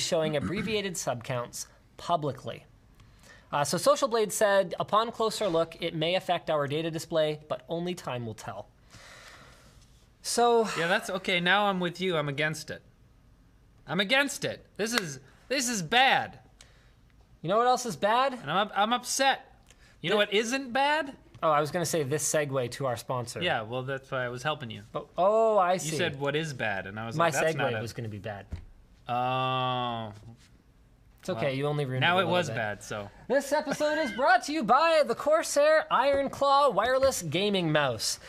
S1: [CLEARS THROAT]
S2: showing abbreviated subcounts publicly. Uh, so Social Blade said, upon closer look, it may affect our data display, but only time will tell. So
S1: yeah, that's okay. Now I'm with you. I'm against it. I'm against it. This is this is bad,
S2: you know what else is bad?
S1: and I'm up- I'm upset. You know what isn't bad?
S2: Oh, I was going to say this segue to our sponsor.
S1: Yeah. Well, that's why I was helping you.
S2: But oh, I
S1: You
S2: see.
S1: said what is bad, and I was
S2: my
S1: like, that's not
S2: segue
S1: a-
S2: was going to be bad.
S1: Oh,
S2: It's okay. you only ruined.
S1: now
S2: a
S1: it
S2: little
S1: was
S2: bit.
S1: bad. So
S2: This episode is brought to you by the Corsair Iron Claw wireless gaming mouse.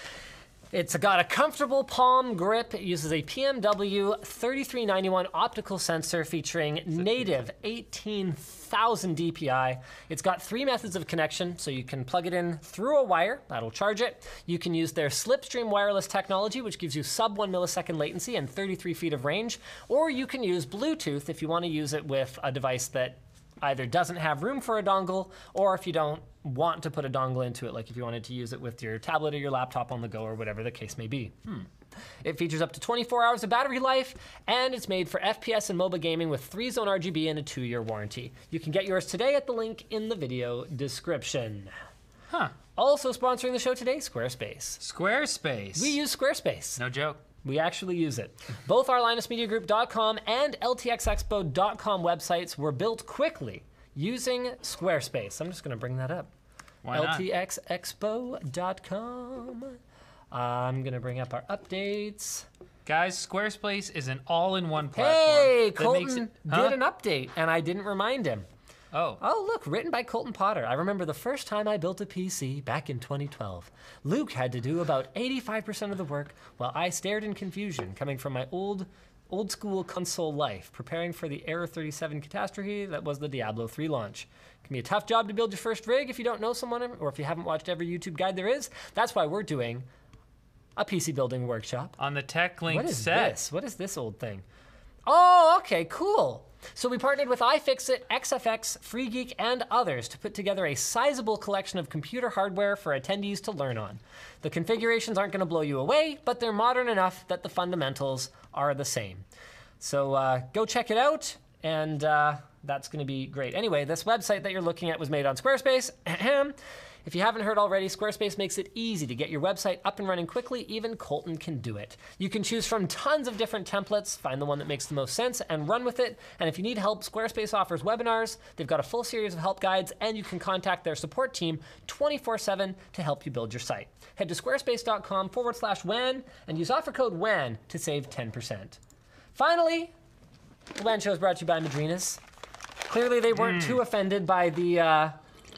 S2: It's got a comfortable palm grip. It uses a PMW 3391 optical sensor featuring native 18,000 DPI. It's got three methods of connection, so you can plug it in through a wire, that'll charge it. You can use their Slipstream wireless technology, which gives you sub one millisecond latency and 33 feet of range, or you can use Bluetooth if you want to use it with a device that either doesn't have room for a dongle or if you don't want to put a dongle into it, like if you wanted to use it with your tablet or your laptop on the go or whatever the case may be. Hmm. It features up to 24 hours of battery life, and it's made for FPS and MOBA gaming with 3 zone RGB and a 2 year warranty. You can get yours today at the link in the video description.
S1: Huh.
S2: Also sponsoring the show today, Squarespace.
S1: Squarespace.
S2: We use Squarespace.
S1: no joke.
S2: We actually use it. Both our linusmediagroup.com and ltxexpo.com websites were built quickly using Squarespace. I'm just going to bring that up.
S1: Why not?
S2: ltxexpo.com. I'm going to bring up our updates.
S1: Guys, Squarespace is an all-in-one platform.
S2: Hey,
S1: that makes
S2: Colton
S1: it- huh?
S2: did an update and I didn't remind him.
S1: Oh.
S2: Oh, look, written by Colton Potter. I remember the first time I built a PC back in 2012. Luke had to do about 85% of the work while I stared in confusion coming from my old old school console life, preparing for the Era 37 catastrophe that was the Diablo 3 launch. It can be a tough job to build your first rig if you don't know someone or if you haven't watched every YouTube guide there is. That's why we're doing a PC building workshop.
S1: On the TechLink
S2: What is
S1: set.
S2: this? What is this old thing? Oh, okay, cool. So we partnered with iFixit, XFX, FreeGeek, and others to put together a sizable collection of computer hardware for attendees to learn on. The configurations aren't going to blow you away, but they're modern enough that the fundamentals are the same. So uh, go check it out, and uh, that's going to be great. Anyway, this website that you're looking at was made on Squarespace. [CLEARS THROAT] Ahem. If you haven't heard already, Squarespace makes it easy to get your website up and running quickly. Even Colton can do it. You can choose from tons of different templates, find the one that makes the most sense, and run with it. And if you need help, Squarespace offers webinars. They've got a full series of help guides, and you can contact their support team 24 7 to help you build your site. Head to squarespace.com forward slash WAN and use offer code WAN to save 10%. Finally, the WAN show is brought to you by Madrinas. Clearly, they weren't too offended by the, uh,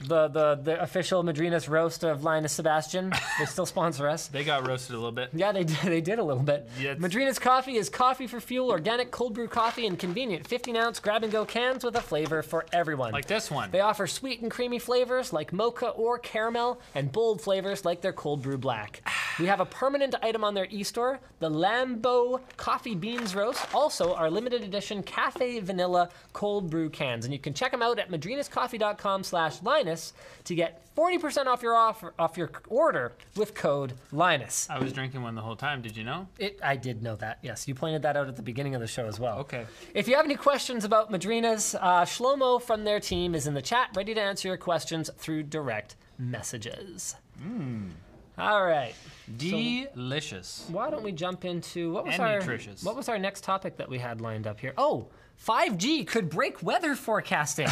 S2: the the the official Madrinas roast of Linus Sebastian. They still sponsor us.
S1: They got roasted a little bit.
S2: Yeah, they did, they did a little bit.
S1: Yeah, it's-
S2: Madrina's coffee is coffee for fuel, organic cold brew coffee, and convenient 15 ounce grab and go cans with a flavor for everyone.
S1: Like this one.
S2: They offer sweet and creamy flavors like mocha or caramel, and bold flavors like their cold brew black. We have a permanent item on their e-store, the Lambo Coffee Beans Roast, also our limited edition Cafe Vanilla cold brew cans, and you can check them out at madrinascoffee.com slash Linus to get 40% off your offer, off your order with code Linus.
S1: I was drinking one the whole time. Did you know?
S2: It, I did know that. Yes, you pointed that out at the beginning of the show as well.
S1: Okay.
S2: If you have any questions about Madrinas, uh, Shlomo from their team is in the chat, ready to answer your questions through direct messages.
S1: Hmm.
S2: All right.
S1: Delicious.
S2: Why don't we jump into what was
S1: And
S2: our
S1: nutritious.
S2: what was our next topic that we had lined up here? Oh, 5G could break
S1: [LAUGHS]
S2: weather forecasting.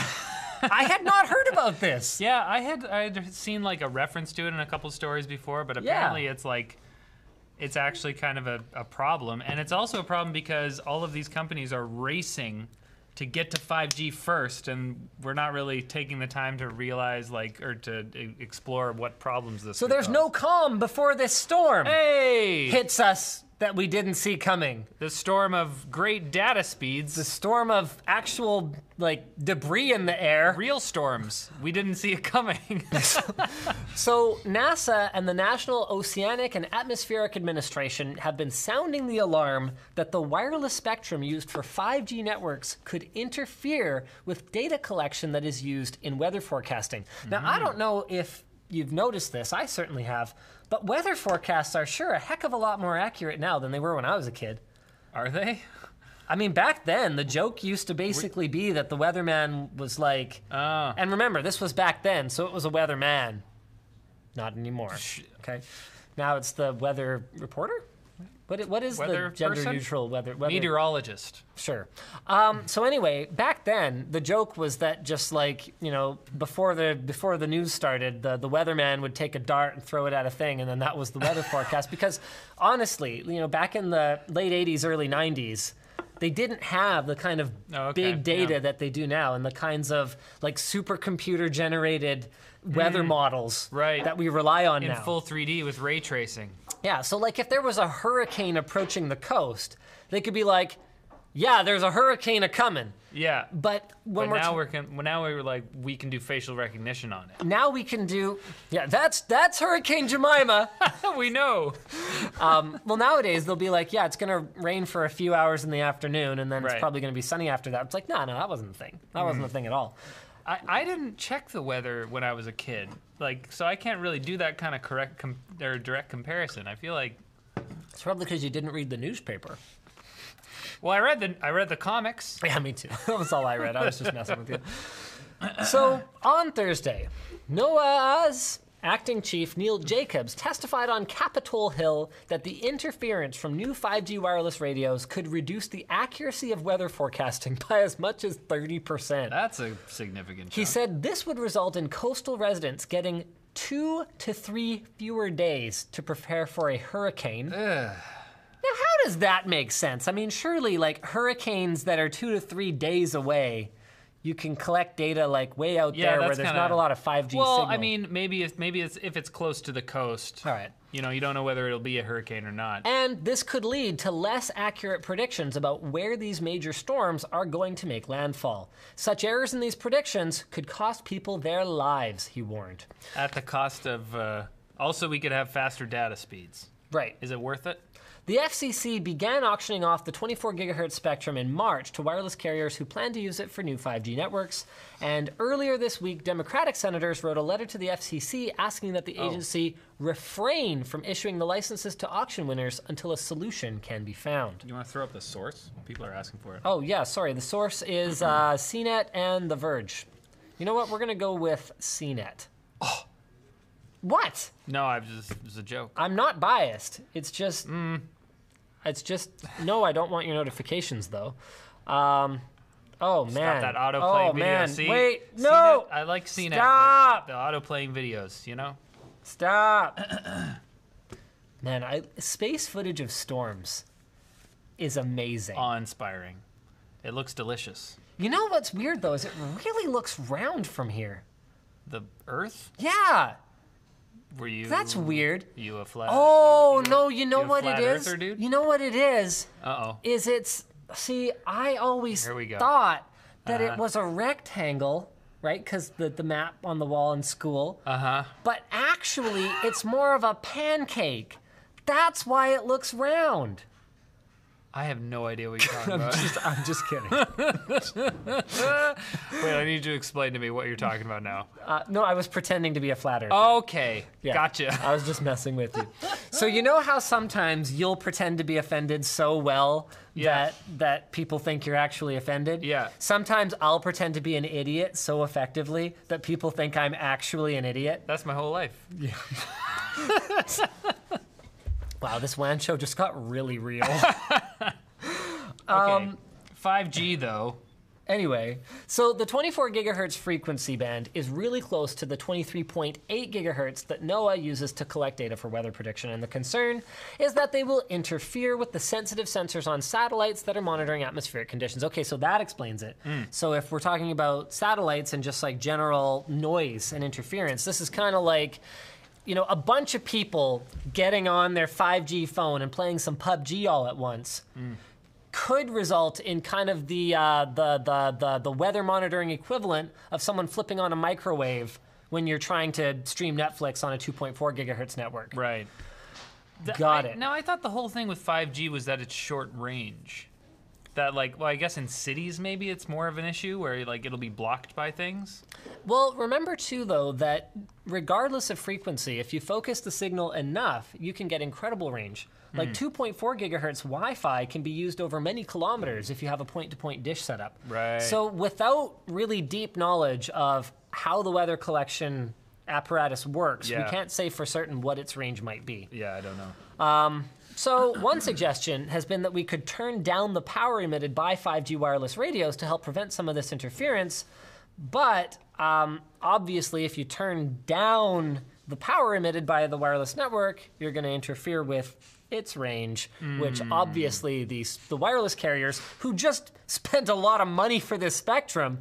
S2: I had not heard about this.
S1: Yeah, I had I had seen like a reference to it in a couple stories before, but apparently it's like it's actually kind of a, a problem. And it's also a problem because all of these companies are racing to get to 5G first, and we're not really taking the time to realize like or to e- explore what problems this.
S2: So there's no calm before this storm
S1: hey
S2: hits us that we didn't see coming.
S1: the storm of great data speeds.
S2: the storm of actual like debris in the air.
S1: Real storms. We didn't see it
S2: [LAUGHS]
S1: coming.
S2: So NASA and the National Oceanic and Atmospheric Administration have been sounding the alarm that the wireless spectrum used for 5G networks could interfere with data collection that is used in weather forecasting. Now I don't know if you've noticed this, I certainly have, but weather forecasts are sure a heck of a lot more accurate now than they were when I was a kid.
S1: Are they?
S2: I mean, back then, the joke used to basically be that the weatherman was like.
S1: Ah.
S2: And remember, this was back then, so it was a weatherman. Not anymore. Okay. Now it's the weather reporter? What, i- what is
S1: Weather
S2: the gender
S1: person?
S2: neutral weather? weather
S1: Meteorologist.
S2: Sure. Um, so anyway, back then the joke was that just like you know before the before the news started, the the weatherman would take a dart and throw it at a thing, and then that was
S1: [LAUGHS]
S2: the weather forecast. Because honestly, you know, back in the late '80s, early '90s. They didn't have the kind of
S1: Oh, okay,
S2: big data
S1: yeah.
S2: that they do now, and the kinds of like supercomputer generated weather models
S1: Mm-hmm. right.
S2: that we rely on
S1: In
S2: now.
S1: full 3D with ray tracing.
S2: Yeah, so like if there was a hurricane approaching the coast, they could be like, "Yeah, there's a hurricane a coming."
S1: Yeah.
S2: But when
S1: But
S2: we're
S1: now
S2: t-
S1: we're can, well, now we're like we can do facial recognition on it. [LAUGHS]
S2: now we can do yeah, that's that's Hurricane Jemima. [LAUGHS]
S1: we know.
S2: well, nowadays they'll be like, "Yeah, it's gonna rain for a few hours in the afternoon, and then it's
S1: Right. Mm-hmm.
S2: probably gonna be sunny after that." It's like, no, no, that wasn't the thing. That wasn't the thing at all.
S1: I, I didn't check the weather when I was a kid, like so I can't really do that kind of correct com- or direct comparison. I feel like
S2: It's probably because you didn't read the newspaper.
S1: well, I read the I read the comics.
S2: [LAUGHS] Yeah, me too. That was all I read. I was just messing with you. [LAUGHS] So on Thursday, NOAA's acting chief Neil Jacobs testified on Capitol Hill that the interference from new 5G wireless radios could reduce the accuracy of weather forecasting [LAUGHS] by as much as 30%.
S1: That's a significant.
S2: He
S1: chunk.
S2: said this would result in coastal residents getting two to three fewer days to prepare for a hurricane. Now, how does that make sense? I mean, surely, like hurricanes that are two to three days away, you can collect data like way out
S1: Yeah,
S2: there where
S1: that's
S2: there's
S1: kinda-
S2: not a lot of 5G
S1: well,
S2: signal.
S1: I mean, maybe if maybe it's if it's close to the coast.
S2: All right.
S1: You know, you don't know whether it'll be a hurricane or not.
S2: And this could lead to less accurate predictions about where these major storms are going to make landfall. Such errors in these predictions could cost people their lives, he warned.
S1: At the cost of. Uh, also, we could have faster data speeds.
S2: Right.
S1: Is it worth it?
S2: The FCC began auctioning off the 24 gigahertz spectrum in March to wireless carriers who plan to use it for new 5G networks. And earlier this week, Democratic senators wrote a letter to the FCC asking that the agency refrain from issuing the licenses to auction winners until a solution can be found.
S1: You want to throw up the source? People are asking for it.
S2: Oh, yeah, sorry. The source is uh, CNET and The Verge. You know what? We're going to go with CNET. What?
S1: No, I was just it was a joke.
S2: I'm not biased. It's just,
S1: Mm.
S2: it's just. No, I don't want your notifications though. Um, oh man.
S1: Got that autoplay
S2: oh
S1: video.
S2: man.
S1: See?
S2: Wait.
S1: See
S2: no.
S1: that? I like seeing
S2: Stop.
S1: it. but The autoplaying videos, you know? [CLEARS THROAT]
S2: Stop. man, I space footage of storms is amazing.
S1: Awe inspiring. It looks delicious.
S2: you know what's weird though is it really looks round from here.
S1: The earth?
S2: Yeah,
S1: Were you.
S2: that's weird.
S1: You a flat.
S2: Oh no, you know
S1: a
S2: what it
S1: flat
S2: is?
S1: earther, dude?
S2: You know what it is?
S1: Uh oh.
S2: is it's see i always
S1: Here we go.
S2: thought that it
S1: Uh-huh.
S2: was a rectangle right because the, the map on the wall in school
S1: Uh huh.
S2: but actually it's more of a pancake that's why it looks round
S1: I have no idea what you're talking about.
S2: [LAUGHS] i'm just kidding
S1: Wait, I need you to explain to me what you're talking about now.
S2: uh, no i was pretending to be a flatter
S1: Okay.
S2: Yeah.
S1: Gotcha.
S2: I was just messing with
S1: [LAUGHS]
S2: you. So you know how sometimes you'll pretend to be offended so well
S1: Yeah.
S2: that that people think you're actually offended?
S1: Yeah.
S2: Sometimes I'll pretend to be an idiot so effectively that people think I'm actually an idiot.
S1: That's my whole life.
S2: Wow, this WAN show just got
S1: [LAUGHS]
S2: really real.
S1: Okay.
S2: Um,
S1: 5G, though.
S2: Anyway, so the 24 gigahertz frequency band is really close to the 23.8 gigahertz that NOAA uses to collect data for weather prediction, and the concern is that they will interfere with the sensitive sensors on satellites that are monitoring atmospheric conditions. Okay, so that explains it. So if we're talking about satellites and just like general noise and interference, this is kind of like. You know, a bunch of people getting on their 5G phone and playing some PUBG all at once could result in kind of the, uh, the, the, the, the weather monitoring equivalent of someone flipping on a microwave when you're trying to stream Netflix on a 2.4 gigahertz network.
S1: Right. Th-
S2: Got
S1: I-
S2: it.
S1: Now I thought the whole thing with 5G was that it's short range. That like, well, I guess in cities maybe it's more of an issue where like it'll be blocked by things.
S2: Well, remember too, though, that regardless of frequency, if you focus the signal enough, you can get incredible range. Like
S1: Hmm.
S2: 2.4 gigahertz Wi Fi can be used over many kilometers if you have a point to point dish setup.
S1: Right.
S2: So, without really deep knowledge of how the weather collection apparatus works,
S1: Yeah.
S2: we can't say for certain what its range might be.
S1: Yeah, I don't know.
S2: So, one suggestion has been that we could turn down the power emitted by 5G wireless radios to help prevent some of this interference. But um, obviously, if you turn down the power emitted by the wireless network, you're going to interfere with its range, which
S1: Hmm.
S2: obviously the, s- the wireless carriers, who just [LAUGHS] spent a lot of money for this spectrum,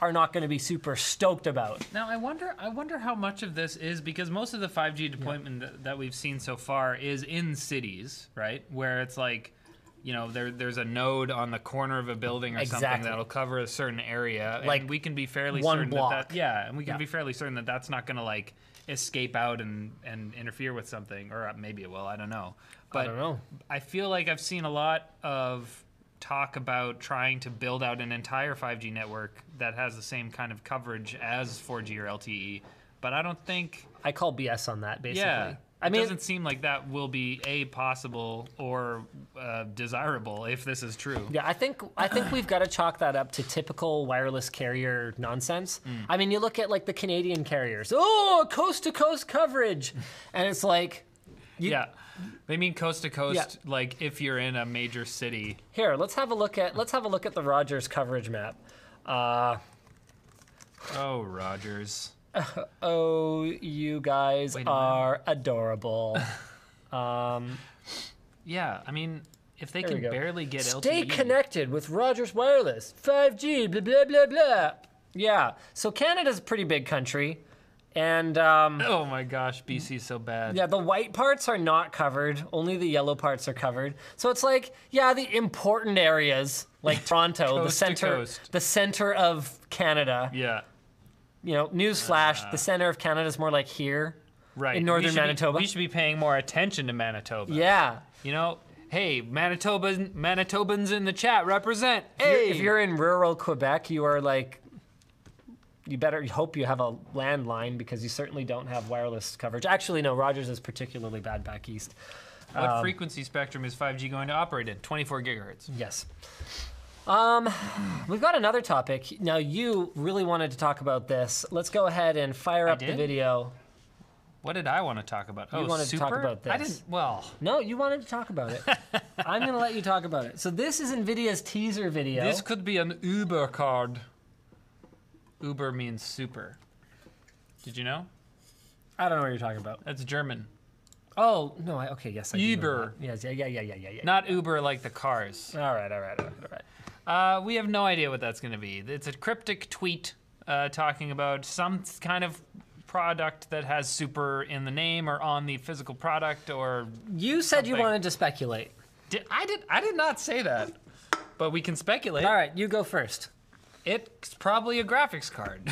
S2: are not going to be super stoked about.
S1: Now I wonder, I wonder how much of this is because most of the 5G deployment that, that we've seen so far is in cities, right? Where it's like, you know, there there's a node on the corner of a building or something
S2: Exactly.
S1: that'll cover a certain area.
S2: Like
S1: and we can be fairly
S2: one
S1: certain
S2: block.
S1: that, that yeah, and we can
S2: Yeah.
S1: be fairly certain that that's not going to like escape out and and interfere with something, or uh, maybe it will. I don't know. But
S2: don't know.
S1: I feel like I've seen a lot of talk about trying to build out an entire 5G network that has the same kind of coverage as 4G or LTE, but I don't think
S2: I call BS on that, basically.
S1: yeah.
S2: I
S1: it
S2: mean,
S1: doesn't seem like that will be a possible or uh, desirable if this is true.
S2: Yeah, I think I think we've got to chalk that up to typical wireless carrier nonsense. I mean, you look at like the Canadian carriers. Oh, coast to coast coverage, and it's like,
S1: Yeah, they mean coast to coast. Like if you're in a major city,
S2: here, let's have a look at let's have a look at the Rogers coverage map. Uh,
S1: oh Rogers.
S2: oh, you guys
S1: Wait a minute.
S2: are adorable.
S1: Yeah, I mean, If they
S2: There we
S1: can
S2: go.
S1: barely get E.
S2: Stay
S1: LTE,
S2: connected with Rogers Wireless, 5G, blah, blah, blah, blah. Yeah. So Canada's a pretty big country. And um,
S1: Oh my gosh, BC's so bad.
S2: yeah, the white parts are not covered, only the yellow parts are covered. So it's like, yeah, the important areas
S1: [LAUGHS]
S2: like Toronto, the
S1: Coast to
S2: center
S1: coast.
S2: the center of Canada.
S1: Yeah,
S2: You know, newsflash,
S1: Ah.
S2: the center of Canada is more like here.
S1: right.
S2: In
S1: We
S2: northern
S1: should be-
S2: Manitoba.
S1: we should be paying more attention to Manitoba.
S2: Yeah.
S1: You know, hey, Manitoban Manitobans in the chat represent.
S2: You're-
S1: Hey,
S2: If you're in rural Quebec, you are like, you better hope you have a landline because you certainly don't have wireless coverage. Actually, no, Rogers is particularly bad back east.
S1: what
S2: Um,
S1: frequency spectrum is 5G going to operate in? 24 gigahertz.
S2: Yes. Um, we've got another topic. Now, you really wanted to talk about this. Let's go ahead and fire up the
S1: did?
S2: video.
S1: What did I want to talk about? Oh,
S2: wanted to
S1: super?
S2: talk about
S1: I
S2: this.
S1: didn't. Well,
S2: No, you wanted to talk about [LAUGHS] it. I'm going to let you talk about it. So, this is NVIDIA's teaser video.
S1: this could be an Uber card. Uber means super. Did you know?
S2: I don't know what you're talking about.
S1: That's German.
S2: Oh, no, I, okay, yes, I do know
S1: Uber.
S2: that. Yes, yeah, yeah, yeah, yeah, yeah, yeah.
S1: Not Uber like the cars.
S2: All right, all right, all right, all right.
S1: Uh, we have no idea what that's going to be. It's a cryptic tweet uh, talking about some kind of product that has super in the name or on the physical product or
S2: You said you
S1: Something.
S2: wanted to speculate.
S1: Did, I did. I did not say that. But we can speculate.
S2: All right, you go first.
S1: It's probably a graphics card.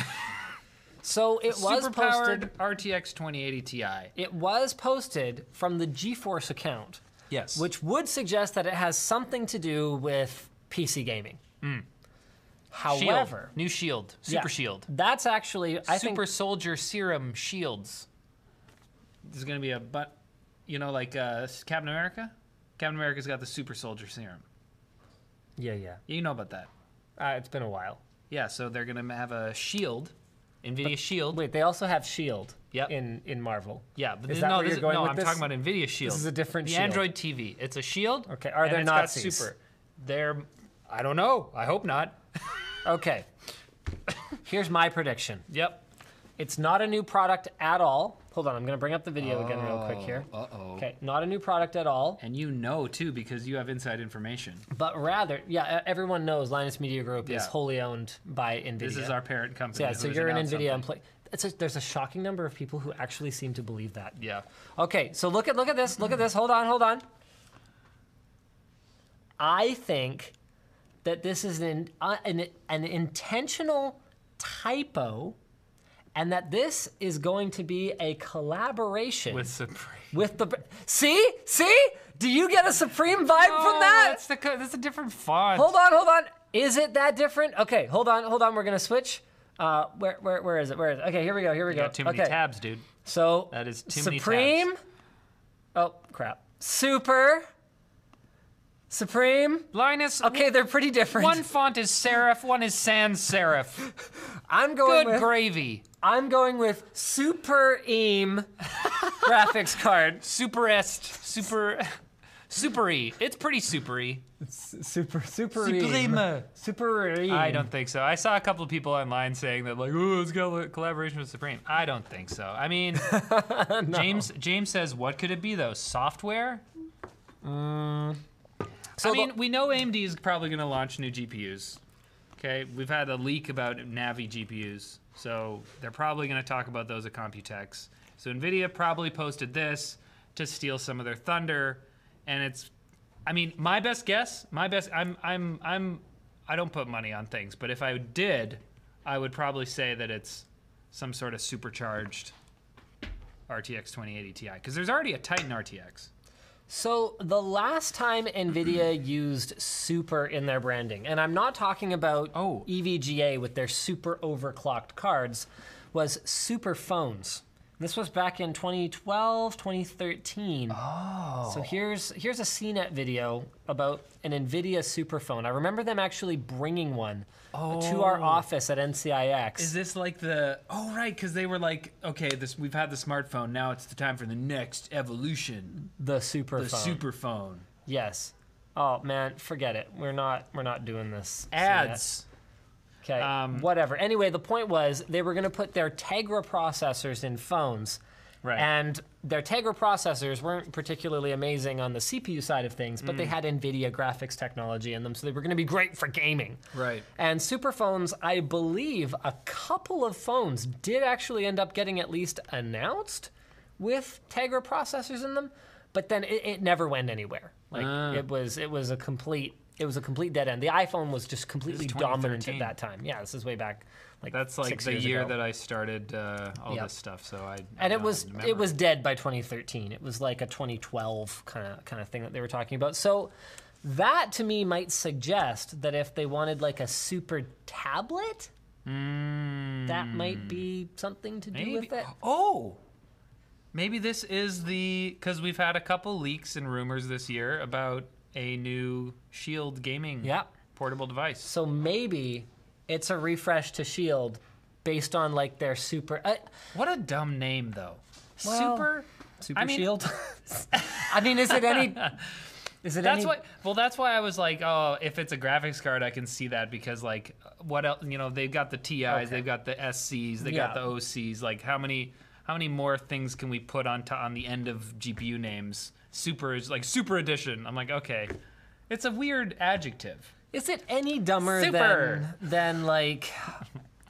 S2: So it was posted.
S1: Superpowered RTX 2080 Ti.
S2: It was posted from the GeForce account,
S1: Yes. Which
S2: which would suggest that it has something to do with PC gaming.
S1: Hmm. shield.
S2: However,
S1: new shield. Super
S2: yeah,
S1: shield.
S2: That's actually I
S1: Super
S2: think
S1: soldier serum shields. There's gonna be a but, you know, like uh, s- Captain America. Captain America's got the super soldier serum.
S2: yeah, yeah.
S1: You know about that.
S2: Uh, it's been a while.
S1: Yeah. So they're gonna have a shield. Nvidia Shield.
S2: Wait, they also have Shield.
S1: Yep.
S2: In in Marvel.
S1: Yeah, but
S2: Is
S1: this-
S2: that
S1: no,
S2: where
S1: this
S2: you're going
S1: no,
S2: with
S1: I'm
S2: this?
S1: talking about Nvidia Shield.
S2: is a different
S1: the
S2: Shield.
S1: Android TV. It's a Shield.
S2: Okay, are
S1: and
S2: there
S1: it's got
S2: Nazis?
S1: Super. They're. I don't know. I hope not.
S2: Okay. [COUGHS] Here's my prediction.
S1: Yep.
S2: It's not a new product at all. Hold on, I'm gonna bring up the video again real quick here.
S1: Uh oh.
S2: Okay, not a new product at all.
S1: And you know too because you have inside information.
S2: But rather, yeah, e- everyone knows Linus Media Group is
S1: Yeah.
S2: wholly owned by NVIDIA.
S1: This is our parent company.
S2: yeah.
S1: who
S2: So
S1: has
S2: you're an
S1: announced
S2: NVIDIA
S1: something.
S2: employee. It's a, there's a shocking number of people who actually seem to believe that.
S1: Yeah.
S2: Okay, so look at look at this. Look at this. Hold on, hold on. I think that this is an uh, an, an intentional typo, and that this is going to be a collaboration
S1: With Supreme.
S2: with the see see do you get a supreme vibe from that
S1: Oh, That's the co- that's a different font.
S2: hold on hold on is it that different okay hold on hold on we're gonna switch uh where where, where is it where is it okay here we go here we
S1: You
S2: go
S1: got too many
S2: okay
S1: tabs, dude.
S2: so
S1: That is too many
S2: supreme oh crap super supreme
S1: Linus.
S2: okay they're pretty different
S1: One font is serif. One is sans serif.
S2: [LAUGHS] i'm going
S1: Good
S2: with
S1: gravy.
S2: i'm going with super
S1: [LAUGHS]
S2: eam graphics card
S1: Superest. Super. [LAUGHS] Supery. It's pretty supery.
S2: super super
S1: Supreme.
S2: super eam
S1: I don't think so. I saw a couple of people online saying that like, oh, it's got a collaboration with Supreme. I don't think so. I mean,
S2: [LAUGHS]
S1: James James says, what could it be though? Software?
S2: Mm. so
S1: I
S2: the-
S1: mean, we know AMD is probably going to launch new GPUs. Okay, we've had a leak about Navi GPUs, so they're probably going to talk about those at Computex. So Nvidia probably posted this to steal some of their thunder, and it's, I mean, my best guess, my best, I'm, I'm, I'm, I don't put money on things, but if I did, I would probably say that it's some sort of supercharged RTX 2080 Ti because there's already a Titan RTX.
S2: So the last time Nvidia used super in their branding, and I'm not talking about E
S1: Oh.
S2: EVGA with their super overclocked cards, was super phones. This was back in 2012, 2013. Oh. So here's here's a CNET video about an Nvidia super phone. I remember them actually bringing one to our office at NCIX.
S1: Oh. Is this like the oh right? Because they were like, okay, this we've had the smartphone. Now it's the time for the next evolution,
S2: the super
S1: the
S2: phone.
S1: super superphone.
S2: yes. Oh man, forget it. We're not we're not doing this. CNET.
S1: Ads.
S2: Okay.
S1: Um,
S2: Whatever. Anyway, the point was they were going to put their Tegra processors in phones,
S1: Right.
S2: And their Tegra processors weren't particularly amazing on the CPU side of things, but they
S1: Mm.
S2: had NVIDIA graphics technology in them, so they were going to be great for gaming.
S1: Right.
S2: And superphones, I believe a couple of phones did actually end up getting at least announced with Tegra processors in them, but then it, it never went anywhere. Like
S1: Ah.
S2: it was it was a complete it was a complete dead end. The iPhone was just completely dominant at
S1: 2013.
S2: that time. Yeah, this is way back like
S1: That's like
S2: six
S1: the
S2: years
S1: year
S2: ago.
S1: that I started uh, all
S2: Yep.
S1: this stuff. So I
S2: and it was it was dead by 2013. It was like a 2012 kind of kind of thing that they were talking about. So that to me might suggest that if they wanted like a super tablet,
S1: Hmm.
S2: that might be something to do with it.
S1: Oh, maybe this is the because we've had a couple leaks and rumors this year about a new Shield gaming
S2: Yeah.
S1: portable device.
S2: So maybe it's a refresh to Shield E based on like their super uh,
S1: What a dumb name though.
S2: Well,
S1: Super.
S2: super
S1: I mean- [LAUGHS]
S2: Shield. E I mean, is it any? Is it
S1: That's
S2: any?
S1: why. Well, that's why I was like, oh, if it's a graphics card, I can see that because like, what else? You know, they've got the TIs, they've got the SCs, they
S2: Yeah.
S1: got the OCs. Like, how many, how many more things can we put on to, on the end of GPU names? Super is like Super Edition. I'm like, okay, it's a weird adjective.
S2: Is it any dumber
S1: Super.
S2: than than like?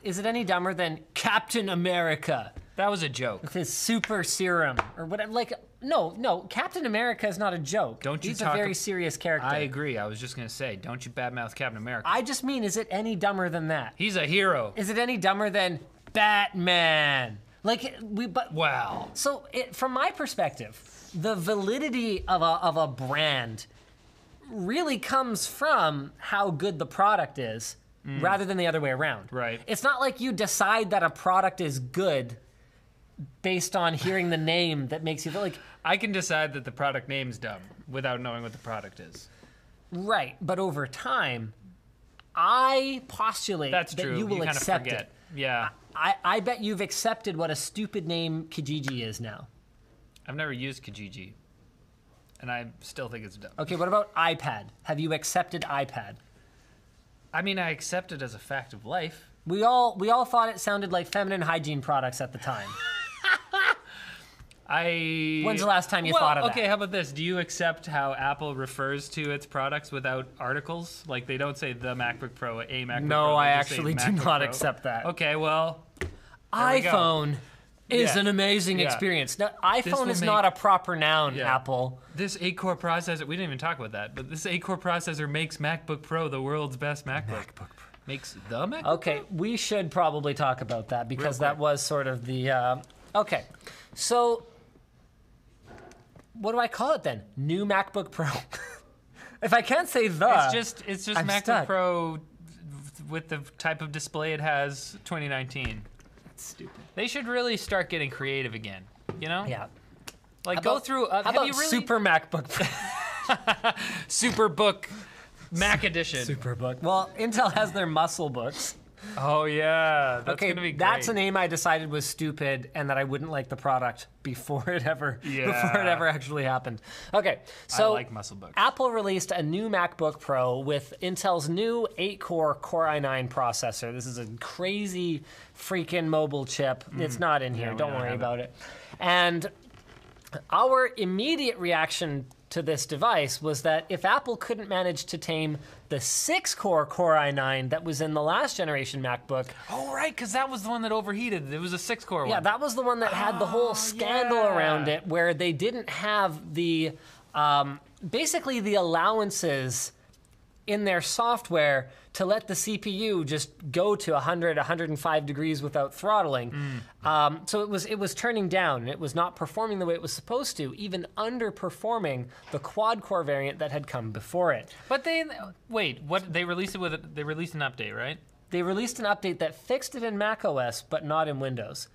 S2: Is it any dumber than Captain America?
S1: That was a joke.
S2: His super serum or whatever. Like, no, no. Captain America is not a joke.
S1: Don't you
S2: He's
S1: talk
S2: a very
S1: ab-
S2: serious character.
S1: I agree. I was just gonna say, don't you badmouth Captain America.
S2: I just mean, is it any dumber than that?
S1: He's a hero.
S2: Is it any dumber than Batman? Like we, but
S1: Wow.
S2: So, it, from my perspective, the validity of a, of a brand really comes from how good the product is rather than the other way around.
S1: Mm. Right.
S2: It's not like you decide that a product is good based on hearing the name that makes you feel like,
S1: I can decide that the product name's dumb without knowing what the product is.
S2: right. But over time, I postulate
S1: That's
S2: that
S1: true.
S2: you will
S1: kind of
S2: accept
S1: forget.
S2: it.
S1: Yeah.
S2: I, I bet you've accepted what a stupid name Kijiji is now.
S1: I've never used Kijiji, and I still think it's dumb.
S2: Okay, what about iPad? Have you accepted iPad?
S1: I mean, I accept it as a fact of life.
S2: We all we all thought it sounded like feminine hygiene products at the time.
S1: I.
S2: When's the last time you
S1: Well,
S2: thought of
S1: okay,
S2: that?
S1: how about this? Do you accept how Apple refers to its products without articles? Like they don't say the MacBook Pro, a MacBook
S2: No,
S1: Pro. they
S2: I
S1: just say
S2: actually do
S1: MacBook
S2: not
S1: Pro.
S2: accept that.
S1: Okay, well, we go.
S2: iPhone is
S1: Yeah.
S2: an amazing
S1: Yeah.
S2: experience. Now, iPhone
S1: will
S2: is
S1: make-
S2: not a proper noun,
S1: Yeah.
S2: Apple.
S1: this eight-core processor—we didn't even talk about that—but this eight-core processor makes MacBook Pro the world's best MacBook. MacBook Pro. Makes the MacBook.
S2: Okay, we should probably talk about that because that
S1: quick.
S2: was sort of the uh, okay. So, what do I call it then? New MacBook Pro. [LAUGHS] if I can't say the,
S1: It's just it's just
S2: I'm
S1: MacBook
S2: stuck.
S1: Pro with the type of display it has 2019.
S2: stupid.
S1: They should really start getting creative again. You know?
S2: Yeah.
S1: Like
S2: How
S1: go
S2: about-
S1: through uh,
S2: How
S1: have
S2: about
S1: you really
S2: Super MacBook Pro?
S1: Super Book Mac edition.
S2: Superbook. Well, Intel has their muscle books.
S1: Oh yeah. That's
S2: okay,
S1: going to be great.
S2: that's a name I decided was stupid and that I wouldn't like the product before it ever [LAUGHS] before it
S1: Yeah.
S2: ever actually happened. Okay, so
S1: like muscle books.
S2: Apple released a new MacBook Pro with Intel's new 8-core Core i9 processor. This is a crazy freaking mobile chip. It's not in here.
S1: we
S2: don't
S1: don't
S2: worry
S1: have it.
S2: about it. And our immediate reaction to this device was that if Apple couldn't manage to tame the 6-core Core i9 that was in the last generation MacBook,
S1: Oh right, cuz that was the one that overheated. It was a 6-core one.
S2: yeah, that was the one that had the whole scandal
S1: yeah.
S2: around it, where they didn't have the um, basically the allowances in their software to let the CPU just go to 100, 105 degrees without throttling. Um, so it was it was turning down, and it was not performing the way it was supposed to, even underperforming the quad core variant that had come before it.
S1: but they wait, what they released it with a, they released an update, right?
S2: they released an update that fixed it in macOS but not in Windows.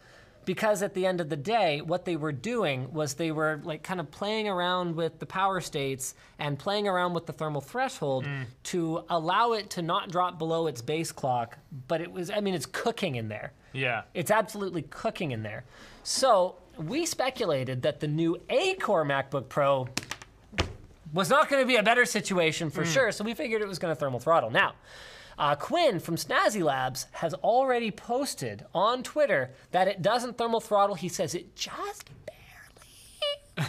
S2: Because at the end of the day, what they were doing was they were like kind of playing around with the power states and playing around with the thermal threshold to allow it to not drop below its base clock. But it was, I mean, it's cooking in there.
S1: Yeah.
S2: It's absolutely cooking in there. So we speculated that the new A Core MacBook Pro was not going to be a better situation for sure, so we figured it was going to thermal throttle. Now, uh, Quinn from Snazzy Labs has already posted on Twitter that it doesn't thermal throttle. He says it just [LAUGHS]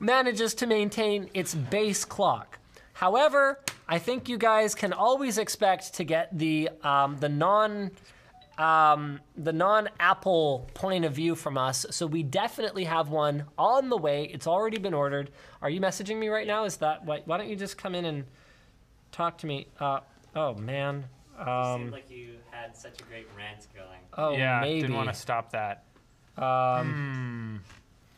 S2: manages to maintain its base clock. However, I think you guys can always expect to get the um, the non um, the non Apple point of view from us. So we definitely have one on the way. It's already been ordered. Are you messaging me right now? Is that why, why don't you just come in and talk to me? Uh, oh man.
S3: You
S2: Um,
S3: seemed like you had such a great rant going.
S2: oh
S1: yeah,
S2: maybe.
S1: didn't want to stop that.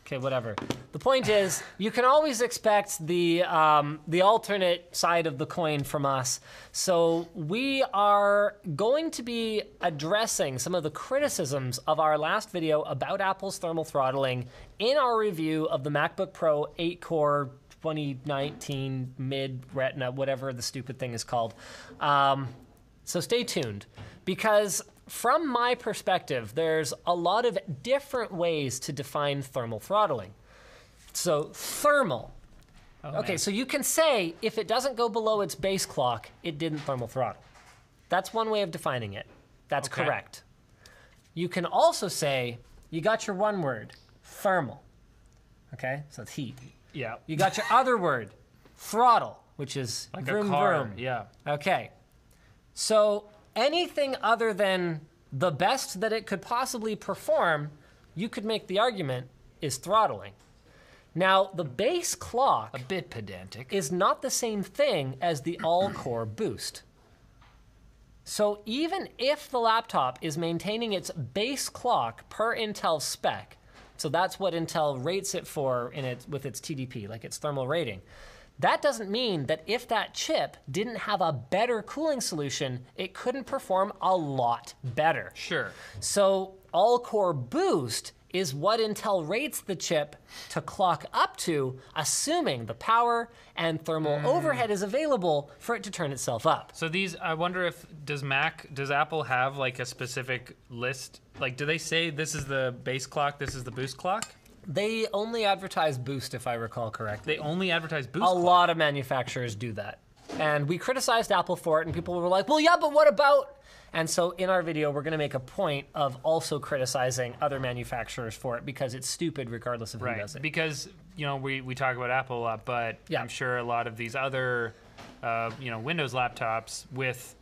S2: Okay, whatever. The point is, you can always expect the um, the alternate side of the coin from us. So we are going to be addressing some of the criticisms of our last video about Apple's thermal throttling in our review of the MacBook Pro 8 core 2019 mid Retina, whatever the stupid thing is called. Um, so stay tuned because, from my perspective, there's a lot of different ways to define thermal throttling. So, thermal.
S1: Oh,
S2: okay, so you can say if it doesn't go below its base clock, it didn't thermal throttle. That's one way of defining it. That's
S1: Okay.
S2: correct. You can also say you got your one word, thermal. Okay, so it's heat.
S1: Yeah,
S2: You got your other word, throttle, which is
S1: like
S2: vroom
S1: a car.
S2: vroom.
S1: Yeah.
S2: Okay. So anything other than the best that it could possibly perform, you could make the argument is throttling. Now, the base clock
S1: Bit pedantic.
S2: is not the same thing as the all core [CLEARS THROAT] boost. So even if the laptop is maintaining its base clock per Intel spec, so that's what Intel rates it for in its with its TDP, like its thermal rating. That doesn't mean that if that chip didn't have a better cooling solution, it couldn't perform a lot better.
S1: Sure.
S2: So all core boost is what Intel rates the chip to clock up to, assuming the power and thermal
S1: Hmm.
S2: overhead is available for it to turn itself up.
S1: So these, I wonder if does Mac, does Apple have like a specific list? Like, do they say this is the base clock, this is the boost clock?
S2: They only advertise boost, if I recall correctly.
S1: They only advertise boost.
S2: A
S1: clock.
S2: lot of manufacturers do that. And we criticized Apple for it, and people were like, well, yeah, but what about? And so in our video, we're going to make a point of also criticizing other manufacturers for it because it's stupid regardless of who
S1: right
S2: does it.
S1: because you know we, we talk about apple a lot but
S2: Yeah.
S1: i'm sure a lot of these other uh, you know windows laptops with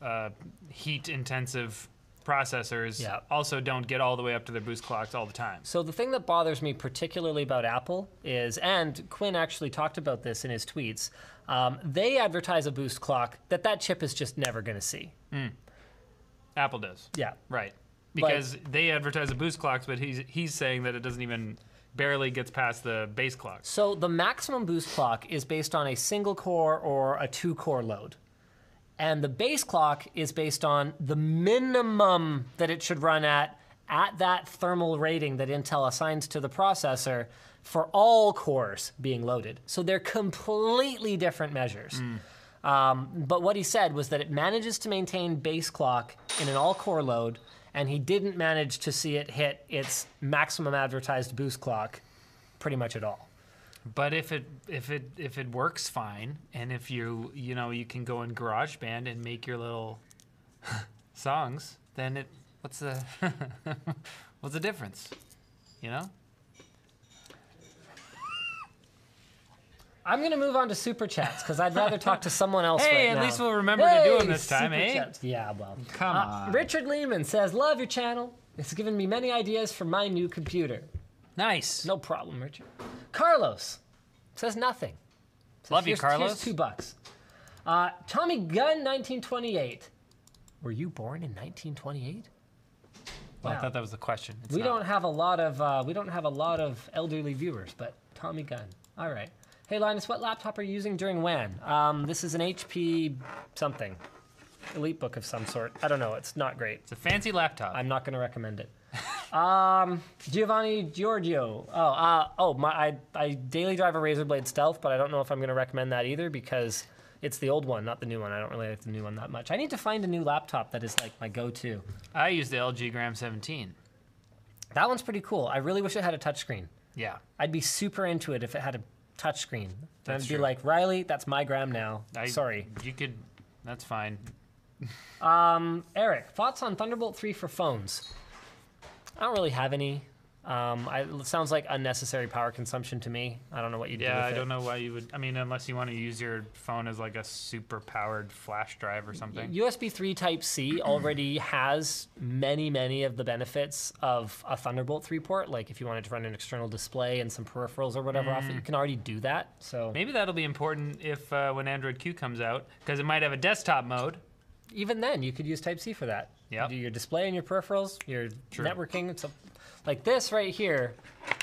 S1: uh, heat intensive processors
S2: Yeah.
S1: also don't get all the way up to their boost clocks all the time
S2: So the thing that bothers me particularly about Apple is, and Quinn actually talked about this in his tweets. Um, they advertise a boost clock that that chip is just never going to see.
S1: apple does
S2: Yeah.
S1: right
S2: But-
S1: because they advertise the boost clocks but he's he's saying that it doesn't even barely gets past the base clocks
S2: So the maximum boost clock is based on a single core or a two core load. And the base clock is based on the minimum that it should run at at that thermal rating that Intel assigns to the processor for all cores being loaded. So they're completely different measures. Um, but what he said was that it manages to maintain base clock in an all core load, and he didn't manage to see it hit its maximum advertised boost clock pretty much at all.
S1: but if it if it if it works fine and if you you know you can go in garageband and make your little [LAUGHS] songs then it what's the [LAUGHS] what's the difference you know
S2: I'm gonna move on to super chats because I'd rather talk to someone else.
S1: [LAUGHS] Hey,
S2: right
S1: at
S2: now.
S1: least we'll remember to do 'em
S2: Hey,
S1: this time,
S2: super
S1: eh?
S2: chats. Yeah, well.
S1: come
S2: Uh, Richard Lehman says, "Love your channel. It's given me many ideas for my new computer."
S1: nice
S2: No problem, Richard. Carlos says nothing. Says,
S1: Love you,
S2: "Here's- Here's
S1: Carlos."
S2: two bucks. Uh, Tommy Gunn, 1928. Were you born in 1928?
S1: Well,
S2: wow.
S1: i thought that was the question It's
S2: We
S1: not.
S2: don't have a lot of uh, we don't have a lot of elderly viewers, but Tommy Gunn. All right. Hey Linus, what laptop are you using during WAN? Um, this is an HP something, Elite Book of some sort. I don't know. It's not great.
S1: it's a fancy laptop
S2: I'm not going to recommend it. um, Giovanni Giorgio. Oh, uh, oh, my I, I daily drive a Razor Blade Stealth, but I don't know if I'm going to recommend that either because it's the old one, not the new one. I don't really like the new one that much. I need to find a new laptop that is like my go-to.
S1: i use the lg gram 17
S2: That one's pretty cool. I really wish it had a touchscreen.
S1: yeah
S2: I'd be super into it if it had a touchscreen. Then
S1: That's
S2: I'd be
S1: true.
S2: like, Riley, that's my gram now.
S1: I,
S2: Sorry.
S1: you could that's fine
S2: Um, Eric, thoughts on Thunderbolt 3 for phones? I don't really have any. Um, I, it sounds like unnecessary power consumption to me. I don't know what you do
S1: Yeah,
S2: with
S1: I
S2: it.
S1: don't know why you would. I mean, unless you want to use your phone as like a super powered flash drive or something.
S2: USB 3 Type C already [CLEARS THROAT] has many, many of the benefits of a Thunderbolt 3 port. Like if you wanted to run an external display and some peripherals or whatever
S1: Mm.
S2: off it, you can already do that. So
S1: Maybe that'll be important if uh, when Android Q comes out, because it might have a desktop mode.
S2: even then, you could use Type C for that.
S1: Yep.
S2: Do your display and your peripherals, your networking. It's a, like this right here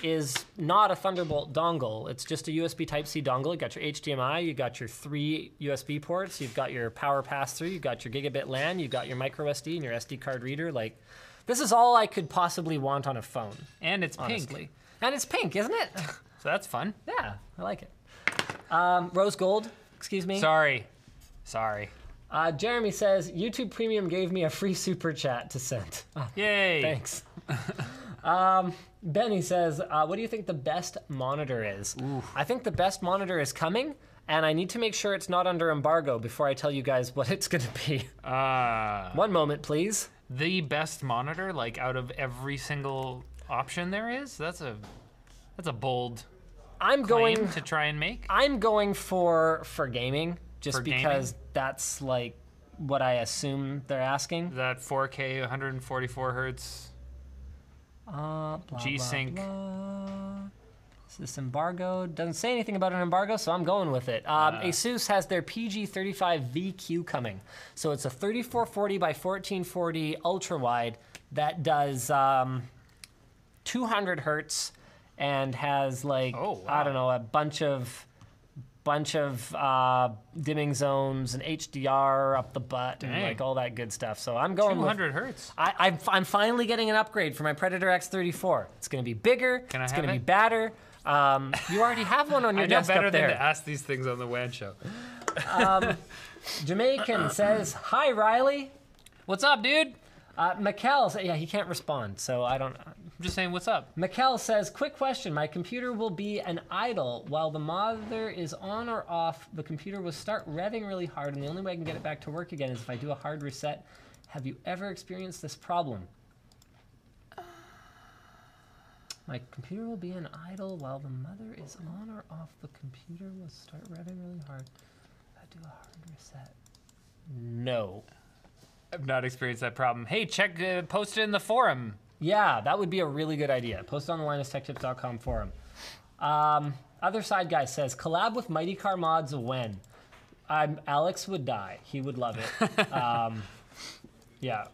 S2: is not a Thunderbolt dongle. It's just a USB Type C dongle. You got your HDMI, you got your three USB ports, you've got your power pass through, you've got your gigabit LAN, you've got your micro SD and your SD card reader. Like, this is all I could possibly want on a phone,
S1: And it's pink,
S2: honestly. And it's pink, isn't it?
S1: so that's fun.
S2: yeah, I like it. Um, rose gold, excuse me.
S1: Sorry, sorry.
S2: Uh, Jeremy says YouTube Premium gave me a free super chat to send. Ah,
S1: Yay!
S2: thanks. [LAUGHS] um, Benny says, uh, "What do you think the best monitor is?" I think the best monitor is coming, and I need to make sure it's not under embargo before I tell you guys what [LAUGHS] it's going to be.
S1: Uh,
S2: One moment, please.
S1: the best monitor, like out of every single option there is. That's a that's a bold
S2: I'm
S1: claim
S2: going.
S1: to try and make.
S2: I'm going for for gaming, just
S1: For gaming?
S2: because that's like what I assume they're asking.
S1: That 4K 144 hertz.
S2: Uh, blah,
S1: G-Sync.
S2: Blah, blah. Is this embargo? Doesn't say anything about an embargo, so I'm going with it. Um, Asus has their PG35VQ coming. So it's a 3440 by 1440 ultra wide that does um, 200 hertz and has like,
S1: Oh, wow.
S2: I don't know, a bunch of. Bunch of uh, dimming zones and HDR up the butt and
S1: Dang.
S2: like all that good stuff. So I'm going with
S1: 200 hertz.
S2: I, I'm, I'm finally getting an upgrade for my Predator X34. It's going to be bigger.
S1: Can I
S2: it's
S1: have
S2: going to be
S1: it?
S2: better. Um, you already have one
S1: [LAUGHS]
S2: on your
S1: I know
S2: desk
S1: better
S2: up
S1: than
S2: there.
S1: to ask these things on the WAN show.
S2: Jamaican says, "Hi Riley."
S1: What's up, dude? I'm
S2: Uh, Mikkel, sa- yeah, he can't respond, so I don't.
S1: just saying, what's up?
S2: Mikkel says, "Quick question: My computer will be an idle while the mother is on or off. The computer will start revving really hard, and the only way I can get it back to work again is if I do a hard reset. Have you ever experienced this problem?" [SIGHS] My computer will be in idle while the mother is on or off. The computer will start revving really hard. If I do a hard reset. No.
S1: I've not experienced that problem. Hey, check, uh, post it in the forum.
S2: Yeah, that would be a really good idea. Post it on the linustechtips.com forum. Um, other side guy says collab with Mighty Car Mods when? I'm Alex would die. He would love it. um, yeah,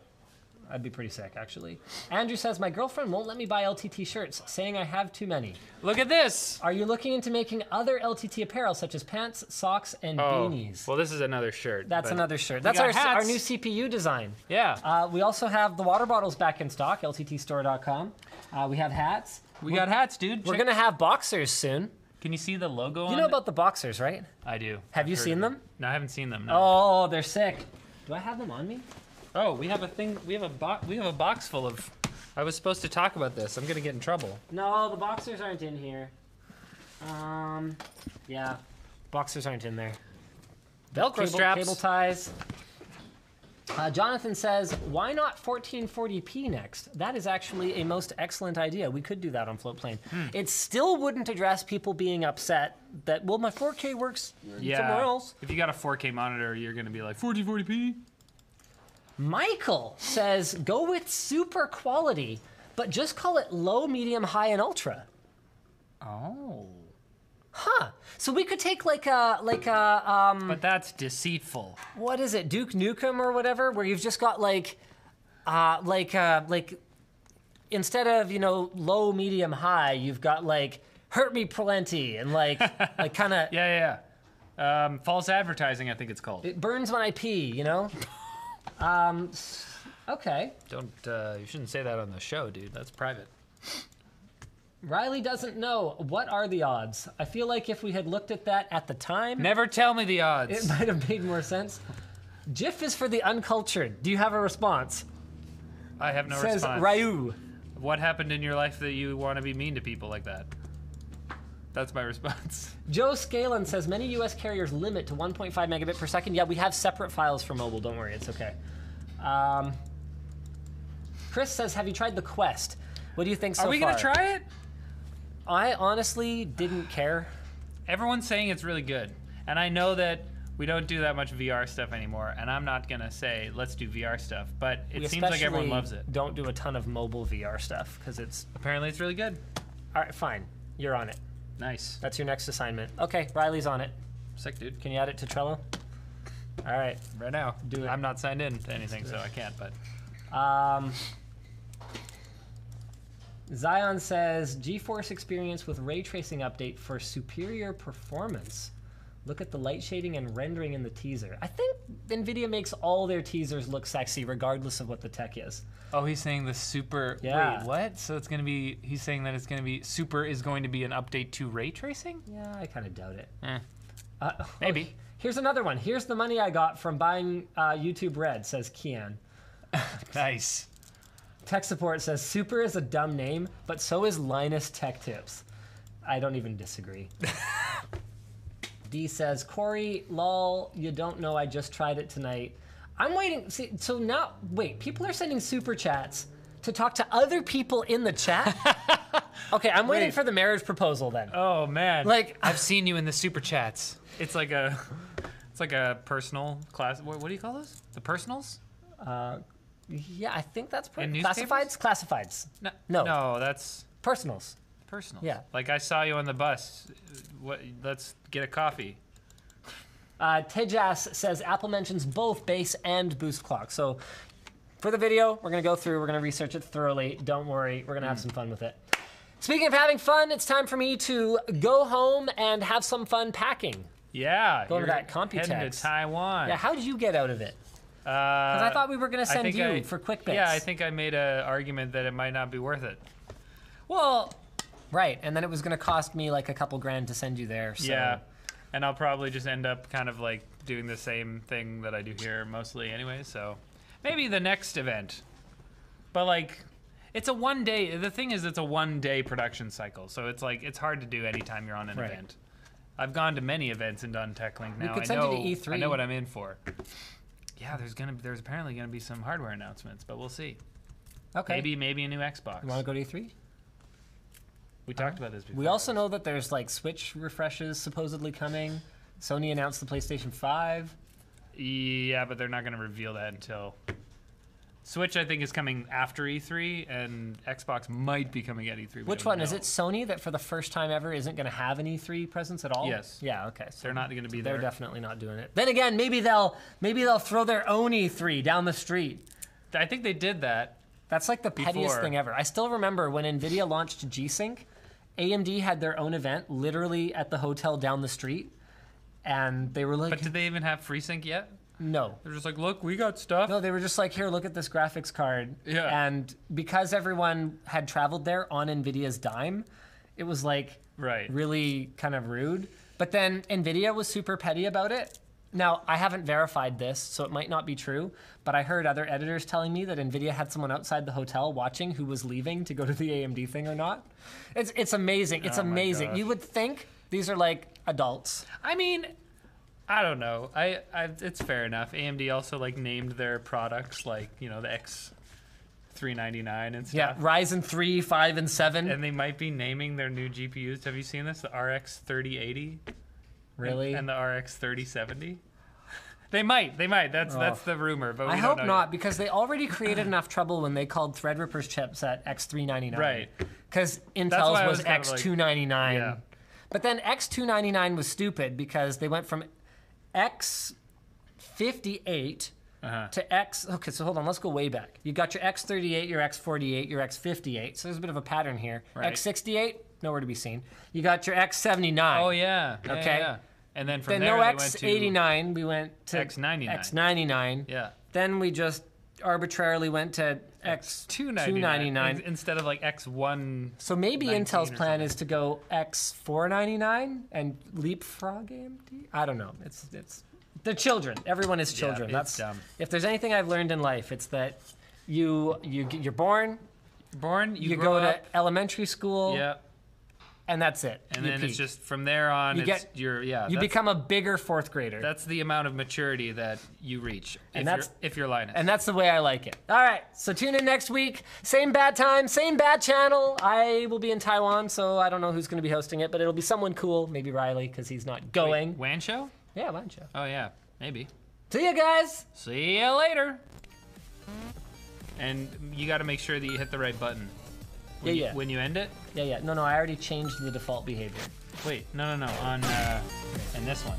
S2: I'd be pretty sick actually. Andrew says my girlfriend won't let me buy LTT shirts, saying I have too many.
S1: Look at this.
S2: Are you looking into making other LTT apparel such as pants, socks, and beanies?
S1: Oh, well, this is another shirt.
S2: That's
S1: but-
S2: another shirt. That's
S1: got
S2: our, our
S1: hats.
S2: new CPU design.
S1: Yeah.
S2: Uh, we also have the water bottles back in stock, lttstore.com. Uh, we have hats.
S1: we got hats, dude.
S2: We're
S1: Check-
S2: gonna have boxers soon.
S1: Can you see the logo on
S2: You know
S1: it?
S2: about the boxers, right?
S1: I do.
S2: Have you
S1: I've heard
S2: seen
S1: of
S2: them?
S1: it. No, I haven't seen them. No.
S2: Oh, they're sick. Do I have them on me?
S1: Oh, we have a thing. We have a box. We have a box full of. I was supposed to talk about this. I'm gonna get in trouble.
S2: No, the boxers aren't in here. Um, yeah, boxers aren't in there.
S1: Velcro
S2: Cable,
S1: straps.
S2: cable ties. Uh, Jonathan says, "Why not 1440p next? That is actually a most excellent idea. We could do that on floatplane.
S1: Hmm.
S2: It still wouldn't address people being upset that well, my 4K works
S1: yeah.
S2: somewhere else."
S1: If you got a 4K monitor, you're gonna be like 1440p.
S2: Michael says, "Go with super quality, but just call it low, medium, high, and ultra."
S1: Oh.
S2: Huh. So we could take like a like a um,
S1: But that's deceitful.
S2: what is it, Duke Nukem or whatever, where you've just got like, uh, like, uh, like, instead of you know low, medium, high, you've got like hurt me plenty
S1: [LAUGHS]
S2: and like, like kind of
S1: Yeah, yeah. yeah. Um, false advertising, I think it's called.
S2: it burns when I pee, you know. Um, s- okay.
S1: Don't. Uh, you shouldn't say that on the show, dude. That's private.
S2: Riley doesn't know what are the odds. I feel like if we had looked at that at the time,
S1: Never tell me the
S2: it
S1: odds.
S2: might have made more sense. GIF is for the uncultured. Do you have a response?
S1: I have no
S2: Says
S1: response.
S2: Ryu.
S1: What happened in your life that you want to be mean to people like that? That's my [LAUGHS] response.
S2: Joe Scalen says many U.S. carriers limit to 1.5 megabit per second. Yeah, we have separate files for mobile. Don't worry, it's okay. Um, Chris says, "Have you tried the Quest?" What do you think so
S1: Are we
S2: far?
S1: gonna try it?
S2: I honestly didn't care.
S1: Everyone's saying it's really good, and I know that we don't do that much VR stuff anymore. And I'm not gonna say let's do VR stuff, but it
S2: We
S1: seems like everyone
S2: especially
S1: loves it.
S2: Don't do a ton of mobile VR stuff because it's
S1: Apparently, it's really good.
S2: all right. Fine, you're on it.
S1: Nice,
S2: That's your next assignment. Okay, Riley's on it.
S1: sick, dude.
S2: Can you add it to Trello? All right.
S1: Right now,
S2: Do it.
S1: I'm not signed in to anything, so I can't. But
S2: Um, Zion says GeForce experience with ray tracing update for superior performance. Look at the light shading and rendering in the teaser. I think Nvidia makes all their teasers look sexy, regardless of what the tech is.
S1: oh, he's saying the super.
S2: Yeah.
S1: Wait, what? So it's gonna be? He's saying that it's gonna be super is going to be an update to ray tracing?
S2: Yeah, I kind of doubt it.
S1: Eh.
S2: Uh, [LAUGHS]
S1: Maybe.
S2: Here's another one. Here's the money I got from buying uh, YouTube Red, says Kian.
S1: Nice.
S2: Tech support says Super is a dumb name, but so is Linus Tech Tips. I don't
S1: [LAUGHS]
S2: even disagree. D says Corey, lol, you don't know. I just tried it tonight. I'm waiting. See, so now, wait, people are sending super chats to talk to other people in
S1: [LAUGHS]
S2: the chat. okay, I'm waiting
S1: Wait.
S2: for the marriage proposal then.
S1: Oh man. [LAUGHS]
S2: Like-
S1: I've seen you in the super chats. It's like a, it's like a personal class. What, what do you call those? The personals?
S2: yeah, I think that's per-
S1: In
S2: classifieds.
S1: newspapers?
S2: Classifieds.
S1: No.
S2: No.
S1: No, that's
S2: Personals.
S1: personal.
S2: Yeah.
S1: Like I saw you on the bus. What? Let's get a coffee.
S2: Uh, Tejas says Apple mentions both base and boost clock. So for the video, we're going to go through, we're going to research it thoroughly. Don't worry, we're going to
S1: Mm.
S2: have some fun with it. Speaking of having fun, it's time for me to go home and have some fun packing.
S1: Yeah.
S2: Go to
S1: you're
S2: that
S1: Heading
S2: Computex.
S1: to Taiwan.
S2: Yeah, how did you get out of it?
S1: Because
S2: I thought we were going to
S1: Uh, I
S2: send
S1: think
S2: you
S1: I-
S2: for quick bits.
S1: Yeah, I think I made an argument that it might not be worth it.
S2: Well, right, and then it was going to cost me like a couple grand to send you there. So.
S1: Yeah. And I'll probably just end up kind of like doing the same thing that I do here mostly anyway, so maybe the next event. But like it's a one day the thing is it's a one day production cycle, so it's like it's hard to do anytime you're on an
S2: Right.
S1: event. I've gone to many events and done tech link now.
S2: could
S1: I
S2: send you to E
S1: know
S2: E3.
S1: I know what I'm in for. Yeah, there's gonna there's apparently gonna be some hardware announcements, but we'll see.
S2: Okay.
S1: Maybe maybe a new Xbox.
S2: You want to go to E3?
S1: we talked about this before.
S2: We also know that there's like Switch refreshes supposedly coming. Sony announced the PlayStation 5.
S1: Yeah, but they're not going to reveal that until Switch. I think is coming after E3, and Xbox might be coming at E E3. we
S2: Which
S1: don't
S2: one is
S1: know.
S2: it? Sony that for the first time ever isn't going to have an E3 presence at all.
S1: Yes.
S2: Yeah. Okay. So
S1: They're not going to be
S2: they're
S1: there.
S2: definitely not doing it. Then again, maybe they'll maybe they'll throw their own E3 down the street.
S1: I think they did that.
S2: That's like the pettiest
S1: Before.
S2: thing ever. I still remember when Nvidia launched G-Sync, AMD had their own event literally at the hotel down the street, and they were like,
S1: But did they even have FreeSync yet?
S2: "No,
S1: They're just like, look, we got stuff.
S2: No, they were just like, here, look at this graphics card.
S1: Yeah.
S2: And because everyone had traveled there on NVIDIA's dime, it was like
S1: Right.
S2: really kind of rude. But then NVIDIA was super petty about it. Now, I haven't verified this, so it might not be true, but I heard other editors telling me that NVIDIA had someone outside the hotel watching who was leaving to go to the AMD thing or not. It's, it's amazing. It's
S1: Oh my
S2: amazing.
S1: gosh.
S2: You would think these are like adults.
S1: I mean, I don't know. I, I it's fair enough. AMD also like named their products like you know the X. 399 and
S2: Yeah,
S1: stuff.
S2: Ryzen 3, 5, and 7.
S1: And they might be naming their new GPUs. Have you seen this? The RX 3080?
S2: really?
S1: And the RX 3070? They might. They might. That's that's the rumor, but we
S2: Oh. I
S1: don't
S2: hope
S1: know
S2: not, because they already created enough trouble when they called Threadripper's chips at X399.
S1: Right.
S2: Because
S1: why
S2: Intel's
S1: I
S2: was,
S1: was kind of like-
S2: X299.
S1: Yeah.
S2: But then X299 was stupid because they went from X58
S1: Yet. Uh-huh.
S2: to X. Okay, so hold on, let's go way back. You got your X38, your X48, your X58. So there's a bit of a pattern here.
S1: Right.
S2: X68, nowhere to be seen. You got your X79.
S1: Oh yeah. Yeah,
S2: Okay.
S1: yeah, yeah. And then from
S2: Then
S1: there
S2: no
S1: they went to
S2: X89, we went to
S1: X99.
S2: X99.
S1: Yeah.
S2: Then we just arbitrarily went to X two ninety
S1: 299
S2: nine.
S1: in- instead of like X1.
S2: So maybe
S1: 19
S2: Intel's
S1: or
S2: plan is to go X four ninety nine and leapfrog AMD. I don't know. It's it's they're children. Everyone is children.
S1: it's
S2: That's
S1: dumb.
S2: if there's anything I've learned in life, it's that you you g- you're born,
S1: Born, you,
S2: you
S1: grow
S2: go
S1: up.
S2: to elementary school,
S1: yeah.
S2: and that's it.
S1: and
S2: You
S1: then
S2: peak.
S1: it's just from there on.
S2: You
S1: it's,
S2: get-
S1: you're yeah.
S2: you
S1: that's,
S2: become a bigger fourth grader.
S1: that's the amount of maturity that you reach.
S2: And
S1: if
S2: that's-
S1: you're, if you're Linus.
S2: And that's the way I like it. All right, so tune in next week. Same bad time, same bad channel. I will be in Taiwan, so I don't know who's going to be hosting it, but it'll be someone cool, maybe Riley, because he's not going.
S1: Wan show?
S2: Yeah, why don't you?
S1: Oh yeah, maybe.
S2: See you guys.
S1: See you later. And you got to make sure that you hit the right button. When
S2: Yeah,
S1: you-
S2: yeah.
S1: When you end it.
S2: Yeah, yeah. No, no, I already changed the default behavior
S1: Wait, no, no, no. On uh, and this one,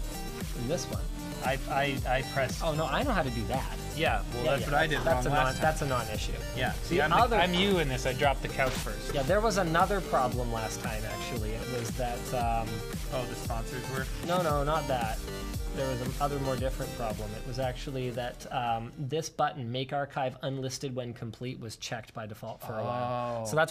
S2: in this one.
S1: I, I, I pressed.
S2: Oh no, I know how to do that.
S1: yeah. Well,
S2: Yeah,
S1: that's
S2: yeah,
S1: what I did wrong
S2: That's a non.
S1: last time.
S2: That's a non-issue.
S1: Yeah. See,
S2: The
S1: I'm, the-
S2: other-
S1: I'm you in this. I dropped the couch first.
S2: Yeah, there was another problem last time. Actually, it was that. Um,
S1: Oh, the sponsors were.
S2: No, no, not that. There was another more different problem. It was actually that um, this button, Make Archive Unlisted When Complete, was checked by default for a while. So that's